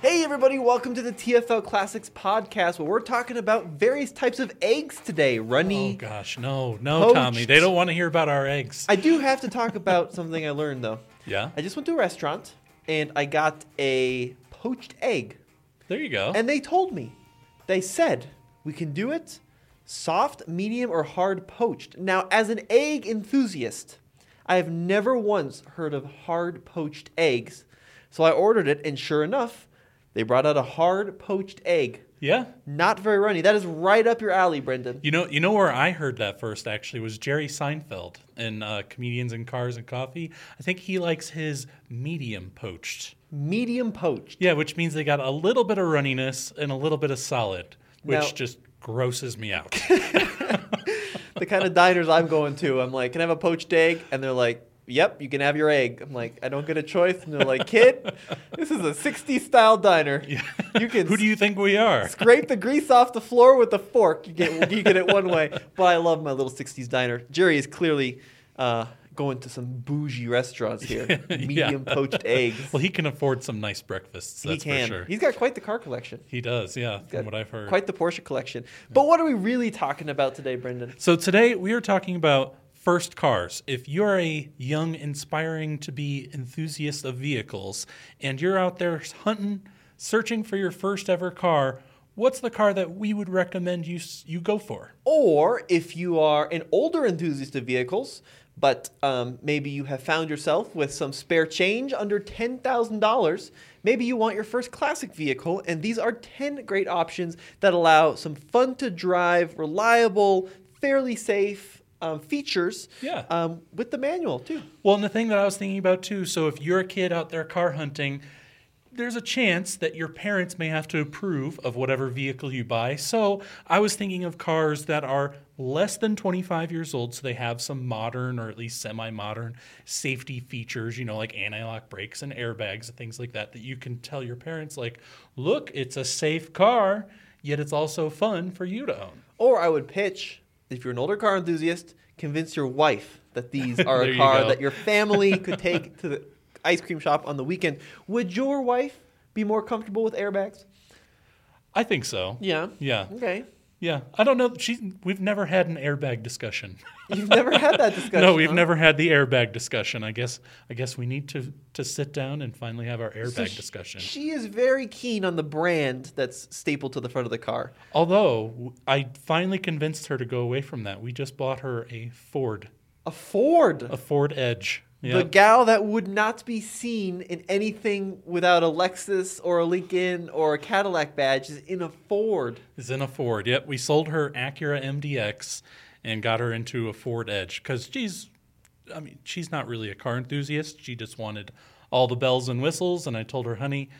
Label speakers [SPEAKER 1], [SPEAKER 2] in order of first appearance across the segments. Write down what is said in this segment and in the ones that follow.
[SPEAKER 1] Hey, everybody, welcome to the TFL Classics podcast where we're talking about various types of eggs today.
[SPEAKER 2] Oh
[SPEAKER 1] Runny.
[SPEAKER 2] gosh, no, no,
[SPEAKER 1] poached.
[SPEAKER 2] Tommy. They don't want to hear about our eggs.
[SPEAKER 1] I do have to talk about something I learned, though.
[SPEAKER 2] yeah,
[SPEAKER 1] I just went to a restaurant and I got a poached egg,
[SPEAKER 2] there you go.
[SPEAKER 1] and they told me, they said, we can do it soft, medium, or hard poached. Now, as an egg enthusiast, I have never once heard of hard poached eggs. So I ordered it, and sure enough, they brought out a hard poached egg.
[SPEAKER 2] yeah,
[SPEAKER 1] Not very runny. That is right up your alley, Brendan.
[SPEAKER 2] you know, you know where I heard that first actually was Jerry Seinfeld in uh, Comedians in Cars and Coffee. I think he likes his medium poached.
[SPEAKER 1] Medium poached.
[SPEAKER 2] Yeah, which means they got a little bit of runniness and a little bit of solid, which
[SPEAKER 1] Now-
[SPEAKER 2] just grosses me out.
[SPEAKER 1] The kind of diners I'm going to, I'm like, can I have a poached egg? And they're like, yep, you can have your egg. I'm like, I don't get a choice. And they're like, kid, this is a 60s style diner. You can
[SPEAKER 2] Who do you think we are?
[SPEAKER 1] scrape the grease off the floor with a fork. You get, you get it one way. But I love my little 60s diner. Jerry is clearly uh, going to some bougie restaurants here. Medium poached eggs.
[SPEAKER 2] Well, he can afford some nice breakfasts.
[SPEAKER 1] he
[SPEAKER 2] That's
[SPEAKER 1] can.
[SPEAKER 2] for sure.
[SPEAKER 1] He's got quite the car collection.
[SPEAKER 2] he does. Yeah,
[SPEAKER 1] got
[SPEAKER 2] from what I've heard.
[SPEAKER 1] Quite the Porsche collection. But what are we really talking about today, Brendan?
[SPEAKER 2] So today we are talking about first cars. If you're a young, inspiring to be enthusiast of vehicles and you're out there hunting, searching for your first ever car, what's the car that we would recommend you s- you go for?
[SPEAKER 1] Or if you are an older enthusiast of vehicles, but um, maybe you have found yourself with some spare change under $10,000, maybe you want your first classic vehicle, and these are 10 great options that allow some fun to drive, reliable, fairly safe um, features
[SPEAKER 2] Yeah.
[SPEAKER 1] um, with the manual, too.
[SPEAKER 2] Well, and the thing that I was thinking about too, so if you're a kid out there car hunting, there's a chance that your parents may have to approve of whatever vehicle you buy. So I was thinking of cars that are less than 25 years old, so they have some modern or at least semi modern safety features, you know, like anti lock brakes and airbags and things like that, that you can tell your parents, like, look, it's a safe car, yet it's also fun for you to own.
[SPEAKER 1] Or I would pitch, if you're an older car enthusiast, convince your wife that these are
[SPEAKER 2] There
[SPEAKER 1] a
[SPEAKER 2] you
[SPEAKER 1] car
[SPEAKER 2] go.
[SPEAKER 1] that your family could take to the ice cream shop on the weekend. Would your wife be more comfortable with airbags?
[SPEAKER 2] I think so.
[SPEAKER 1] Yeah.
[SPEAKER 2] Yeah.
[SPEAKER 1] Okay.
[SPEAKER 2] Yeah. I don't know. She, we've never had an airbag discussion.
[SPEAKER 1] You've never had that discussion.
[SPEAKER 2] No, we've
[SPEAKER 1] huh?
[SPEAKER 2] never had the airbag discussion. I guess I guess we need to to sit down and finally have our airbag
[SPEAKER 1] So sh-
[SPEAKER 2] discussion.
[SPEAKER 1] She is very keen on the brand that's stapled to the front of the car.
[SPEAKER 2] Although w- I finally convinced her to go away from that. We just bought her a Ford,
[SPEAKER 1] A Ford.
[SPEAKER 2] a Ford Edge.
[SPEAKER 1] The
[SPEAKER 2] Yeah.
[SPEAKER 1] gal that would not be seen in anything without a Lexus or a Lincoln or a Cadillac badge is in a Ford.
[SPEAKER 2] is in a Ford. Yep, we sold her Acura MDX and got her into a Ford Edge because she's, I mean, she's not really a car enthusiast. She just wanted all the bells and whistles, and I told her, honey,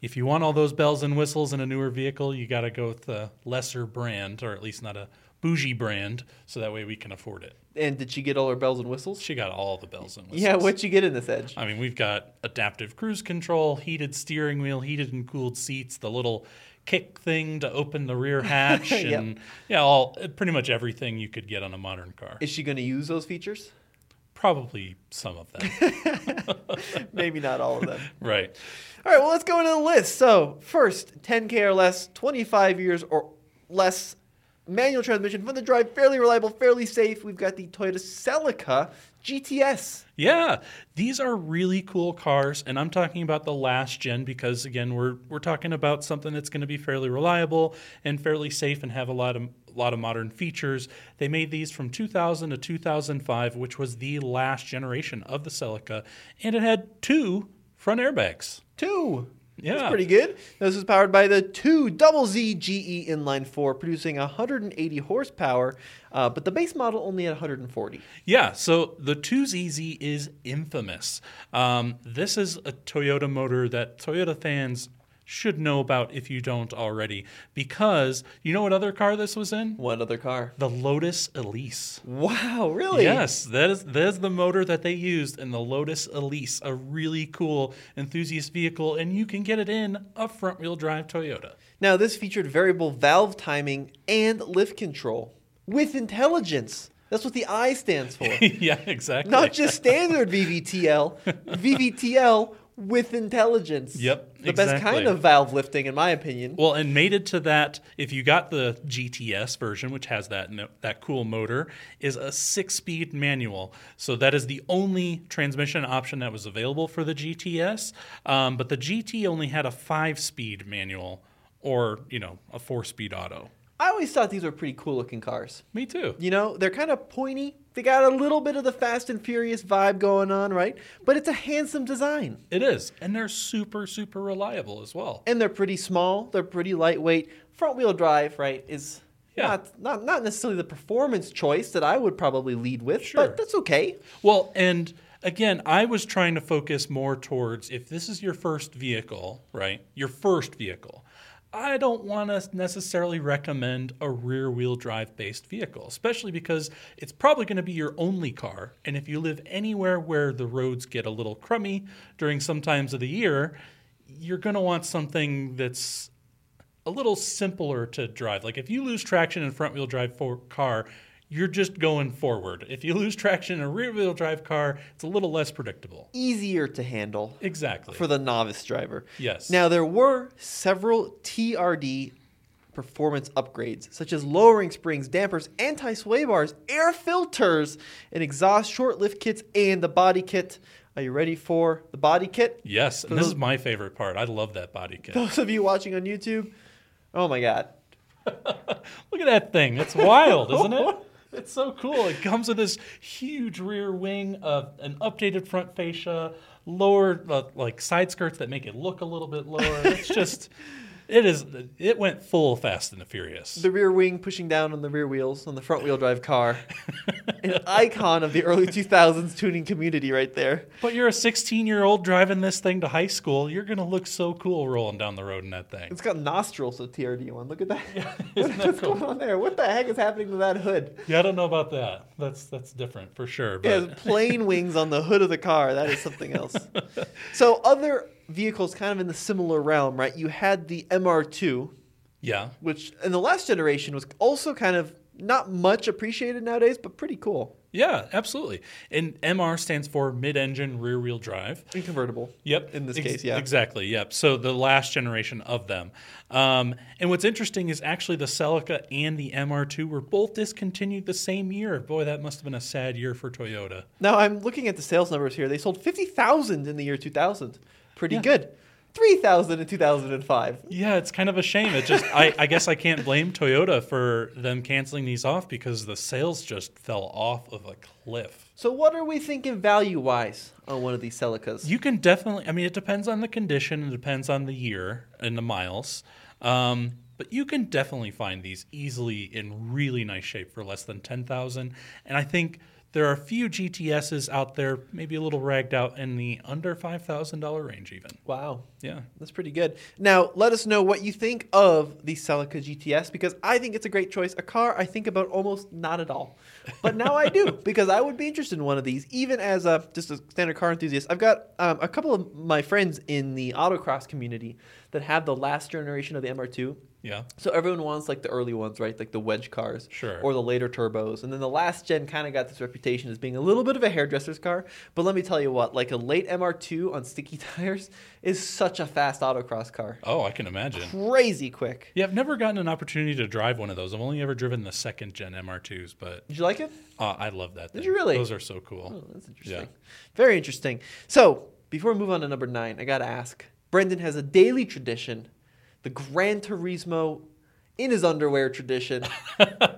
[SPEAKER 2] if you want all those bells and whistles in a newer vehicle, you got to go with a lesser brand, or at least not a bougie brand, so that way we can afford it.
[SPEAKER 1] And did she get all her bells and whistles?
[SPEAKER 2] She got all the bells and whistles.
[SPEAKER 1] Yeah, what'd you get in this edge?
[SPEAKER 2] I mean, we've got adaptive cruise control, heated steering wheel, heated and cooled seats, the little kick thing to open the rear hatch,
[SPEAKER 1] Yep.
[SPEAKER 2] and yeah, all pretty much everything you could get on a modern car.
[SPEAKER 1] Is she going to use those features?
[SPEAKER 2] Probably some of that,
[SPEAKER 1] Maybe not all of them.
[SPEAKER 2] right?
[SPEAKER 1] All right, well, let's go into the list. So, first, 10K or less, 25 years or less, manual transmission, fun to drive, fairly reliable, fairly safe. We've got the Toyota Celica GTS.
[SPEAKER 2] Yeah, these are really cool cars, and I'm talking about the last gen because again, we're we're talking about something that's going to be fairly reliable and fairly safe and have a lot of a lot of modern features. They made these from 2000 to 2005, which was the last generation of the Celica, and it had two front airbags.
[SPEAKER 1] Two.
[SPEAKER 2] Yeah.
[SPEAKER 1] That's pretty good. This is powered by the two double ZGE inline four, producing 180 horsepower, uh, but the base model only had 140.
[SPEAKER 2] Yeah, so the 2ZZ is infamous. Um, this is a Toyota motor that Toyota fans should know about if you don't already, because you know what other car this was in?
[SPEAKER 1] What other car?
[SPEAKER 2] The Lotus Elise.
[SPEAKER 1] Wow, really?
[SPEAKER 2] Yes, that is that is the motor that they used in the Lotus Elise, a really cool enthusiast vehicle, and you can get it in a front-wheel drive Toyota.
[SPEAKER 1] Now this featured variable valve timing and lift control with intelligence. That's what the I stands for.
[SPEAKER 2] yeah, exactly.
[SPEAKER 1] Not just standard VVTL, VVTL with intelligence.
[SPEAKER 2] Yep,
[SPEAKER 1] The best
[SPEAKER 2] exactly.
[SPEAKER 1] kind of valve lifting, in my opinion.
[SPEAKER 2] Well, and mated to that, if you got the GTS version, which has that no, that cool motor, is a six-speed manual. So that is the only transmission option that was available for the GTS. Um, but the GT only had a five-speed manual, or you know, a four-speed auto.
[SPEAKER 1] I always thought these were pretty cool looking cars.
[SPEAKER 2] Me too.
[SPEAKER 1] You know, they're kind of pointy. They got a little bit of the Fast and Furious vibe going on, right? But it's a handsome design.
[SPEAKER 2] It is, and they're super, super reliable as well.
[SPEAKER 1] And they're pretty small, they're pretty lightweight. Front wheel drive, right, is
[SPEAKER 2] Yeah.
[SPEAKER 1] not, not not necessarily the performance choice that I would probably lead with,
[SPEAKER 2] Sure.
[SPEAKER 1] but that's okay.
[SPEAKER 2] Well, and again, I was trying to focus more towards if this is your first vehicle, right? Your first vehicle. I don't want to necessarily recommend a rear wheel drive based vehicle, especially because it's probably going to be your only car. And if you live anywhere where the roads get a little crummy during some times of the year, you're going to want something that's a little simpler to drive. Like if you lose traction in a front wheel drive for- car, you're just going forward. If you lose traction in a rear wheel drive car, it's a little less predictable.
[SPEAKER 1] Easier to handle
[SPEAKER 2] Exactly.
[SPEAKER 1] for the novice driver.
[SPEAKER 2] Yes.
[SPEAKER 1] Now there were several TRD performance upgrades, such as lowering springs, dampers, anti-sway bars, air filters, an exhaust short lift kits, and the body kit. Are you ready for the body kit?
[SPEAKER 2] yes, and this is my favorite part. I love that body kit.
[SPEAKER 1] Those of you watching on YouTube, oh my god.
[SPEAKER 2] Look at that thing. It's wild, isn't it? It's so cool. It comes with this huge rear wing, uh, an updated front fascia, lower uh, like side skirts that make it look a little bit lower. It's just, it is. It went full Fast and the Furious.
[SPEAKER 1] The rear wing pushing down on the rear wheels on the front wheel drive car. An icon of the early 2000s tuning community right there.
[SPEAKER 2] But you're a 16 year old driving this thing to high school. You're going to look so cool rolling down the road in that thing.
[SPEAKER 1] It's got nostrils, so TRD one. Look at that.
[SPEAKER 2] Isn't that
[SPEAKER 1] What's
[SPEAKER 2] cool?
[SPEAKER 1] going on there? What the heck is happening to that hood?
[SPEAKER 2] Yeah, I don't know about that. That's that's different for sure. But
[SPEAKER 1] It has plane wings on the hood of the car. That is something else. so other vehicles kind of in the similar realm, right? You had the MR2,
[SPEAKER 2] yeah.
[SPEAKER 1] which in the last generation was also kind of not much appreciated nowadays, but pretty cool.
[SPEAKER 2] Yeah, absolutely. And MR stands for mid engine rear wheel drive.
[SPEAKER 1] And convertible.
[SPEAKER 2] Yep.
[SPEAKER 1] In this
[SPEAKER 2] Ex-
[SPEAKER 1] case, yeah.
[SPEAKER 2] Exactly. Yep. So the last generation of them. Um, and what's interesting is actually the Celica and the MR2 were both discontinued the same year. Boy, that must have been a sad year for Toyota.
[SPEAKER 1] Now I'm looking at the sales numbers here. They sold 50,000 in the year 2000. Pretty good. 3,000 in 2005.
[SPEAKER 2] Yeah, it's kind of a shame. It just I, I guess I can't blame Toyota for them canceling these off because the sales just fell off of a cliff.
[SPEAKER 1] So what are we thinking value-wise on one of these Celicas?
[SPEAKER 2] You can definitely I mean it depends on the condition, it depends on the year and the miles. Um, but you can definitely find these easily in really nice shape for less than 10,000 and I think there are a few GTSs out there, maybe a little ragged out in the under $5,000 range even.
[SPEAKER 1] wow.
[SPEAKER 2] Yeah.
[SPEAKER 1] That's pretty good. Now, let us know what you think of the Celica GTS because I think it's a great choice. A car I think about almost not at all. But now I do because I would be interested in one of these, even as a, just a standard car enthusiast. I've got um, a couple of my friends in the autocross community that have the last generation of the MR2.
[SPEAKER 2] Yeah.
[SPEAKER 1] So everyone wants like the early ones, right? Like the wedge cars,
[SPEAKER 2] Sure.
[SPEAKER 1] or the later turbos, and then the last gen kind of got this reputation as being a little bit of a hairdresser's car. But let me tell you what, like a late MR2 on sticky tires is such a fast autocross car,
[SPEAKER 2] Oh, I can imagine.
[SPEAKER 1] crazy quick.
[SPEAKER 2] Yeah, I've never gotten an opportunity to drive one of those. I've only ever driven the second gen MR2s, but
[SPEAKER 1] Did you like it?
[SPEAKER 2] uh, I love that. Thing.
[SPEAKER 1] you really?
[SPEAKER 2] Those are so cool.
[SPEAKER 1] Oh, that's interesting. Very interesting. So before we move on to number nine, I gotta ask. Brendan has a daily tradition, the Gran Turismo in his underwear tradition.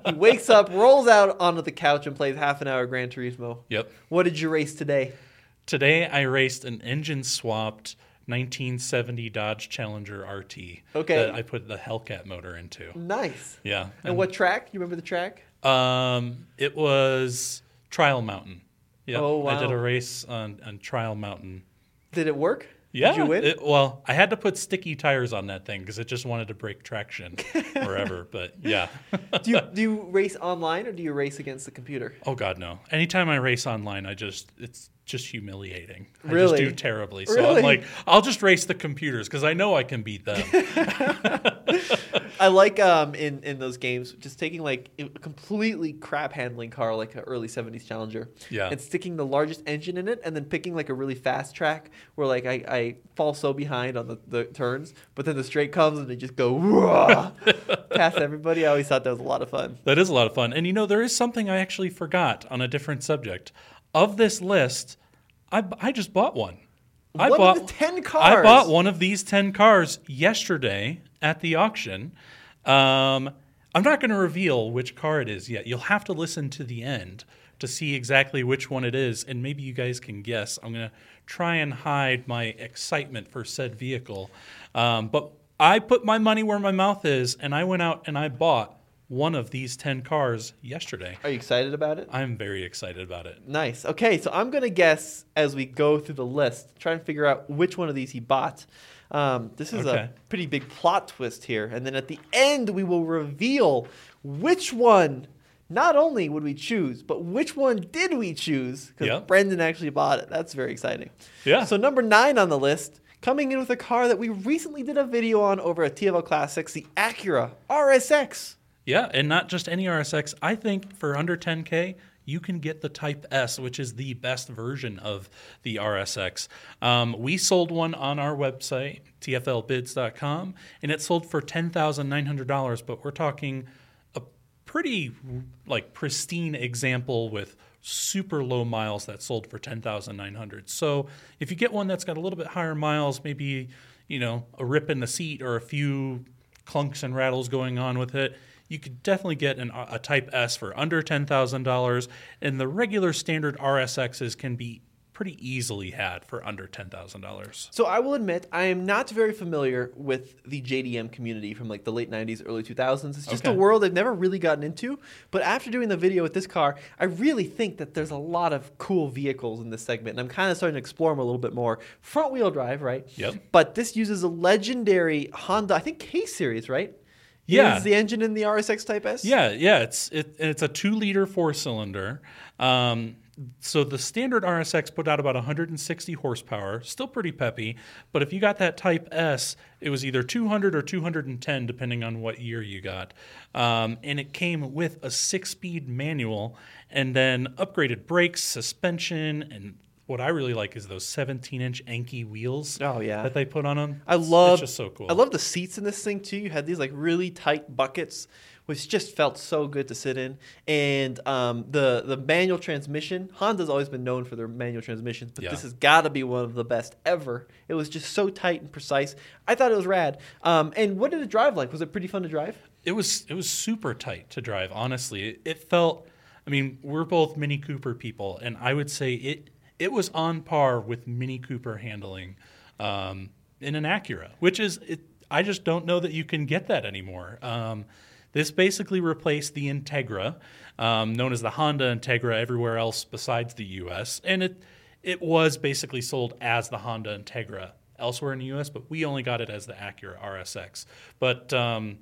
[SPEAKER 1] he wakes up, rolls out onto the couch, and plays half an hour Gran Turismo.
[SPEAKER 2] Yep.
[SPEAKER 1] What did you race today?
[SPEAKER 2] Today I raced an engine swapped 1970 Dodge Challenger RT
[SPEAKER 1] Okay.
[SPEAKER 2] that I put the Hellcat motor into.
[SPEAKER 1] Nice.
[SPEAKER 2] Yeah.
[SPEAKER 1] And what track? You remember the track?
[SPEAKER 2] Um, it was Trial Mountain. Yeah,
[SPEAKER 1] Oh,
[SPEAKER 2] I did
[SPEAKER 1] wow.
[SPEAKER 2] a race on, on Trial Mountain.
[SPEAKER 1] Did it work?
[SPEAKER 2] Yeah,
[SPEAKER 1] Did you win?
[SPEAKER 2] it- well, I had to put sticky tires on that thing because it just wanted to break traction wherever. But yeah.
[SPEAKER 1] do you do you race online or do you race against the computer?
[SPEAKER 2] Oh God, no! Anytime I race online, I just it's just humiliating. I just
[SPEAKER 1] Really?
[SPEAKER 2] do terribly. So
[SPEAKER 1] Really?
[SPEAKER 2] I'm like, I'll just race the computers because I know I can beat them.
[SPEAKER 1] I like um in in those games just taking like a completely crap handling car like an early '70s Challenger,
[SPEAKER 2] Yeah.
[SPEAKER 1] and sticking the largest engine in it, and then picking like a really fast track where like I, I fall so behind on the, the turns, but then the straight comes and they just go "Wah!" past everybody. I always thought that was a lot of fun.
[SPEAKER 2] that is a lot of fun. And you know, there is something I actually forgot on a different subject. Of this list, I I just bought one. I
[SPEAKER 1] One
[SPEAKER 2] bought
[SPEAKER 1] of the ten cars.
[SPEAKER 2] I bought one of these 10 cars yesterday at the auction. Um, I'm not going to reveal which car it is yet. You'll have to listen to the end to see exactly which one it is, and maybe you guys can guess. I'm going to try and hide my excitement for said vehicle. Um, but I put my money where my mouth is, and I went out and I bought one of these 10 cars yesterday.
[SPEAKER 1] Are you excited about it?
[SPEAKER 2] I'm very excited about it.
[SPEAKER 1] Nice. Okay, so I'm gonna guess as we go through the list, try and figure out which one of these he bought. Um, this is
[SPEAKER 2] Okay.
[SPEAKER 1] a pretty big plot twist here, and then at the end we will reveal which one. Not only would we choose, but which one did we choose? Because
[SPEAKER 2] Yeah.
[SPEAKER 1] Brendan actually bought it. That's very exciting.
[SPEAKER 2] Yeah.
[SPEAKER 1] So number nine on the list, coming in with a car that we recently did a video on over at TFL Classics, the Acura RSX.
[SPEAKER 2] Yeah, and not just any RSX. I think for under 10K, you can get the Type S, which is the best version of the RSX. Um, we sold one on our website, tflbids.com, and it sold for $10,900, but we're talking a pretty like pristine example with super low miles that sold for 10,900. So if you get one that's got a little bit higher miles, maybe, you know, a rip in the seat or a few clunks and rattles going on with it, you could definitely get an, a Type S for under $10,000 and the regular standard RSXs can be pretty easily had for under $10,000.
[SPEAKER 1] So I will admit I am not very familiar with the JDM community from like the late 90s, early 2000s. It's just a
[SPEAKER 2] Okay.
[SPEAKER 1] world I've never really gotten into. But after doing the video with this car, I really think that there's a lot of cool vehicles in this segment, and I'm kind of starting to explore them a little bit more. Front wheel drive, right?
[SPEAKER 2] Yep.
[SPEAKER 1] But this uses a legendary Honda, I think K series, right?
[SPEAKER 2] Yeah.
[SPEAKER 1] Is the engine in the RSX Type S?
[SPEAKER 2] Yeah, yeah, it's it, it's a two liter four cylinder. Um, so the standard RSX put out about 160 horsepower, still pretty peppy. But if you got that Type S, it was either 200 or 210, depending on what year you got. Um, and it came with a six-speed manual, and then upgraded brakes, suspension, and what I really like is those 17-inch Anki wheels.
[SPEAKER 1] Oh, yeah.
[SPEAKER 2] that they put on them.
[SPEAKER 1] I love
[SPEAKER 2] It's just so cool.
[SPEAKER 1] I love the seats in this thing too. You had these like really tight buckets, which just felt so good to sit in. And um, the the manual transmission, Honda's always been known for their manual transmissions, but
[SPEAKER 2] Yeah.
[SPEAKER 1] this has got to be one of the best ever. It was just so tight and precise. I thought it was rad. Um, and what did it drive like? Was it pretty fun to drive?
[SPEAKER 2] it was it was super tight to drive honestly it, it felt i mean we're both mini cooper people and i would say it it was on par with mini cooper handling um, in an acura which is it, i just don't know that you can get that anymore um, this basically replaced the integra um, known as the honda integra everywhere else besides the us and it it was basically sold as the honda integra elsewhere in the us but we only got it as the acura rsx but um,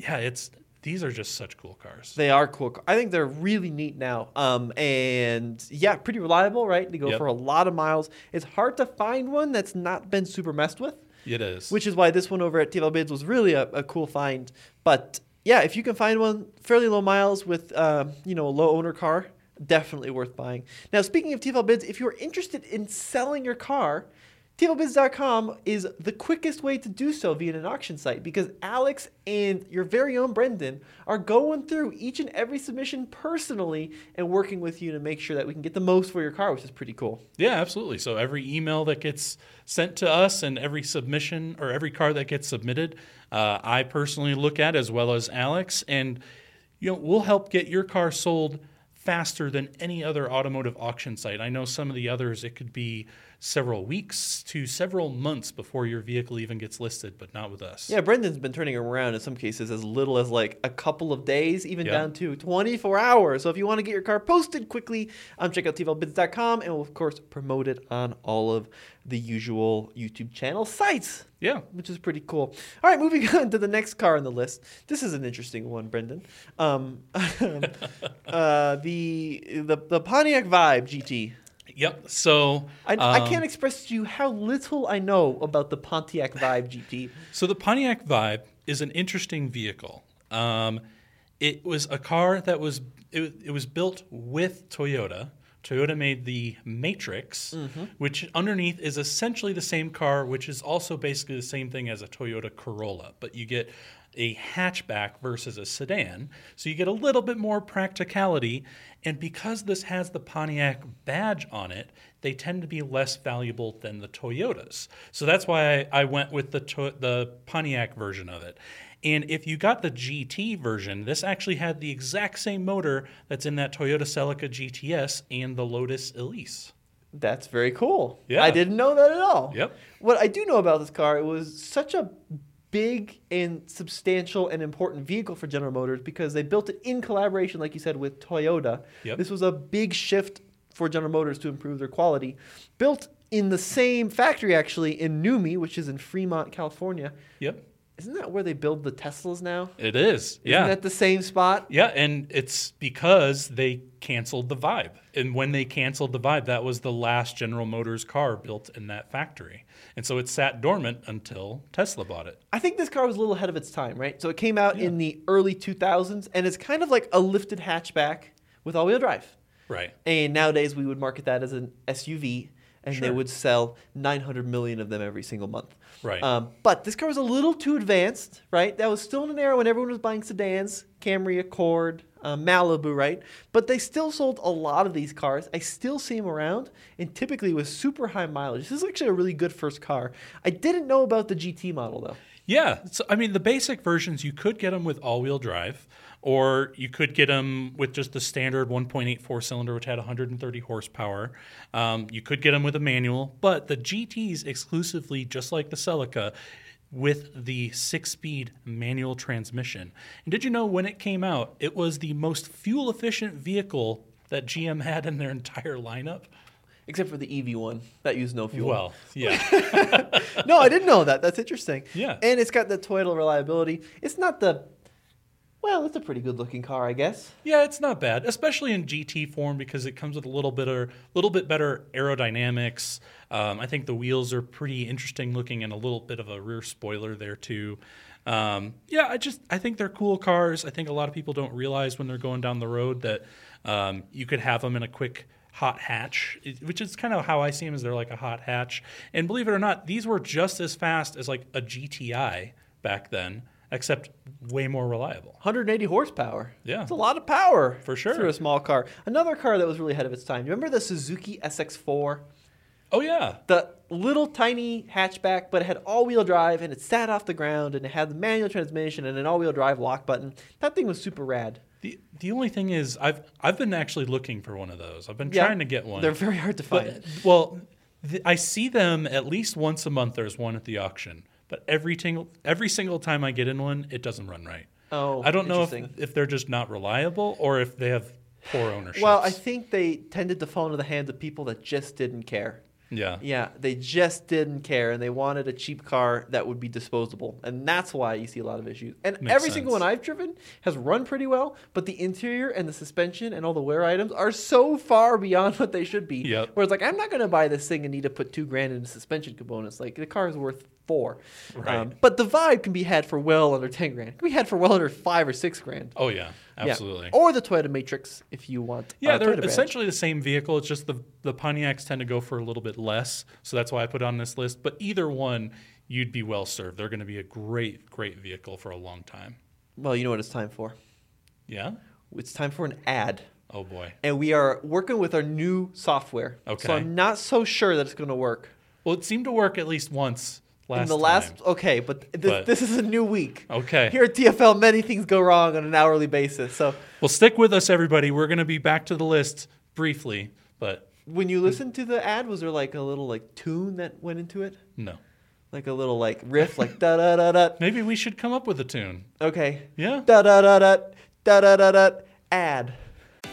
[SPEAKER 2] yeah, it's these are just such cool cars.
[SPEAKER 1] They are cool. ca- I think they're really neat now. Um, and yeah, pretty reliable, right? They go
[SPEAKER 2] Yep.
[SPEAKER 1] for a lot of miles. It's hard to find one that's not been super messed with.
[SPEAKER 2] it is.
[SPEAKER 1] which is why this one over at TVL Bids was really a, a cool find. But yeah, if you can find one fairly low miles with um, you know a low owner car, definitely worth buying. Now speaking of TVL Bids, if you're interested in selling your car. TVLbids.com is the quickest way to do so via an auction site because Alex and your very own Brendan are going through each and every submission personally and working with you to make sure that we can get the most for your car, which is pretty cool.
[SPEAKER 2] yeah, absolutely. So every email that gets sent to us and every submission or every car that gets submitted, uh, I personally look at as well as Alex, and you know we'll help get your car sold faster than any other automotive auction site. I know some of the others, it could be several weeks to several months before your vehicle even gets listed, but not with us.
[SPEAKER 1] Yeah, Brendan's been turning them around in some cases as little as like a couple of days, even
[SPEAKER 2] Yeah.
[SPEAKER 1] down to 24 hours. So if you want to get your car posted quickly, um, check out tvlbids.com and we'll, of course, promote it on all of the usual YouTube channel sites,
[SPEAKER 2] Yeah.
[SPEAKER 1] which is pretty cool. All right, moving on to the next car on the list. This is an interesting one, Brendan. Um, uh, the, the, the Pontiac Vibe GT.
[SPEAKER 2] Yep. So
[SPEAKER 1] I, I
[SPEAKER 2] um,
[SPEAKER 1] can't express to you how little I know about the Pontiac Vibe GT.
[SPEAKER 2] So the Pontiac Vibe is an interesting vehicle. Um, it was a car that was it, wa- it was built with Toyota. Toyota made the Matrix, which underneath is essentially the same car, which is also basically the same thing as a Toyota Corolla, but you get a hatchback versus a sedan. So you get a little bit more practicality. And because this has the Pontiac badge on it, they tend to be less valuable than the Toyotas. So that's why I, I went with the, to- the Pontiac version of it. And if you got the GT version, this actually had the exact same motor that's in that Toyota Celica GTS and the Lotus Elise.
[SPEAKER 1] That's very cool.
[SPEAKER 2] Yeah.
[SPEAKER 1] I didn't know that at all.
[SPEAKER 2] Yep.
[SPEAKER 1] What I do know about this car, it was such a big and substantial and important vehicle for General Motors because they built it in collaboration, like you said, with Toyota.
[SPEAKER 2] Yep.
[SPEAKER 1] This was a big shift for General Motors to improve their quality. Built in the same factory, actually, in Numi, which is in Fremont, California.
[SPEAKER 2] Yep.
[SPEAKER 1] Isn't that where they build the Teslas now?
[SPEAKER 2] It is. Yeah.
[SPEAKER 1] Isn't that the same spot?
[SPEAKER 2] Yeah, and it's because they canceled the Vibe. And when they canceled the Vibe, that was the last General Motors car built in that factory. And so it sat dormant until Tesla bought it.
[SPEAKER 1] I think this car was a little ahead of its time, right? So it came out in the early 2000s, and it's kind of like a lifted hatchback with all wheel drive.
[SPEAKER 2] Right.
[SPEAKER 1] And nowadays we would market that as an SUV, and they
[SPEAKER 2] Sure.
[SPEAKER 1] would sell 900 million of them every single month.
[SPEAKER 2] Right.
[SPEAKER 1] Um, but this car was a little too advanced, right? That was still in an era when everyone was buying sedans, Camry, Accord, uh, Malibu, right? But they still sold a lot of these cars. I still see them around, and typically with super high mileage. This is actually a really good first car. I didn't know about the GT model though.
[SPEAKER 2] Yeah. So, I mean, the basic versions, you could get them with all wheel drive, or you could get them with just the standard 1.84 cylinder, which had 130 horsepower. Um, you could get them with a manual, but the GTs exclusively, just like the Celica, with the six speed manual transmission. And did you know when it came out, it was the most fuel efficient vehicle that GM had in their entire lineup?
[SPEAKER 1] Except for the EV one that used no fuel.
[SPEAKER 2] Well, yeah.
[SPEAKER 1] no, I didn't know that. That's interesting.
[SPEAKER 2] Yeah.
[SPEAKER 1] And it's got the Toyota reliability. It's not the well, it's a pretty good looking car, I guess.
[SPEAKER 2] Yeah, it's not bad, especially in GT form because it comes with a little bit of, little bit better aerodynamics. Um, I think the wheels are pretty interesting looking, and a little bit of a rear spoiler there too. Um, yeah, I just I think they're cool cars. I think a lot of people don't realize when they're going down the road that um, you could have them in a quick hot hatch, it- which is kind of how I see them. Is they're like a hot hatch, and believe it or not, these were just as fast as like a GTI back then, except way more reliable.
[SPEAKER 1] 180 horsepower.
[SPEAKER 2] Yeah.
[SPEAKER 1] It's a lot of power.
[SPEAKER 2] For sure.
[SPEAKER 1] Through a small car. Another car that was really ahead of its time. You remember the Suzuki SX4?
[SPEAKER 2] Oh yeah,
[SPEAKER 1] The little tiny hatchback, but it had all wheel drive and it sat off the ground and it had the manual transmission and an all wheel drive lock button. That thing was super rad.
[SPEAKER 2] The the only thing is I've I've been actually looking for one of those. I've been
[SPEAKER 1] Yeah.
[SPEAKER 2] trying to get one.
[SPEAKER 1] They're very hard to find.
[SPEAKER 2] but, well, th- I see them at least once a month. There's one at the auction, but every single every single time I get in one, it doesn't run right.
[SPEAKER 1] Oh,
[SPEAKER 2] I don't know if,
[SPEAKER 1] interesting.
[SPEAKER 2] if they're just not reliable or if they have poor ownership.
[SPEAKER 1] well, I think they tended to fall into the hands of people that just didn't care.
[SPEAKER 2] yeah
[SPEAKER 1] Yeah, they just didn't care and they wanted a cheap car that would be disposable. And that's why you see a lot of issues. And
[SPEAKER 2] Makes
[SPEAKER 1] every single
[SPEAKER 2] sense.
[SPEAKER 1] one I've driven has run pretty well, but the interior and the suspension and all the wear items are so far beyond what they should be.
[SPEAKER 2] Yep.
[SPEAKER 1] Where it's like, I'm not going to buy this thing and need to put two grand into suspension components. Like, the car is worth four. Um,
[SPEAKER 2] Right.
[SPEAKER 1] but the vibe can be had for well under 10 grand. It can be had for well under five or six grand.
[SPEAKER 2] oh yeah
[SPEAKER 1] Yeah.
[SPEAKER 2] absolutely.
[SPEAKER 1] Or the Toyota Matrix if you want.
[SPEAKER 2] Yeah,
[SPEAKER 1] uh,
[SPEAKER 2] they're
[SPEAKER 1] Toyota badge.
[SPEAKER 2] essentially the same vehicle. It's just the the Pontiacs tend to go for a little bit less, so that's why I put on this list. But either one, you'd be well served. They're going to be a great, great vehicle for a long time.
[SPEAKER 1] Well, you know what it's time for?
[SPEAKER 2] Yeah.
[SPEAKER 1] It's time for an ad.
[SPEAKER 2] Oh boy.
[SPEAKER 1] and we are working with our new software.
[SPEAKER 2] Okay.
[SPEAKER 1] So I'm not so sure that it's going to work.
[SPEAKER 2] Well, it seemed to work at least once last
[SPEAKER 1] in the last
[SPEAKER 2] time.
[SPEAKER 1] okay but this,
[SPEAKER 2] But-
[SPEAKER 1] this is a new week
[SPEAKER 2] Okay.
[SPEAKER 1] here at tfl many things go wrong on an hourly basis so
[SPEAKER 2] Well, stick with us, everybody. We're going to be back to the list briefly, but
[SPEAKER 1] when you listened to the ad was there like a little like tune that went into it
[SPEAKER 2] no.
[SPEAKER 1] like a little like riff like da da da da
[SPEAKER 2] Maybe we should come up with a tune.
[SPEAKER 1] okay
[SPEAKER 2] Yeah.
[SPEAKER 1] da da da da da da da da ad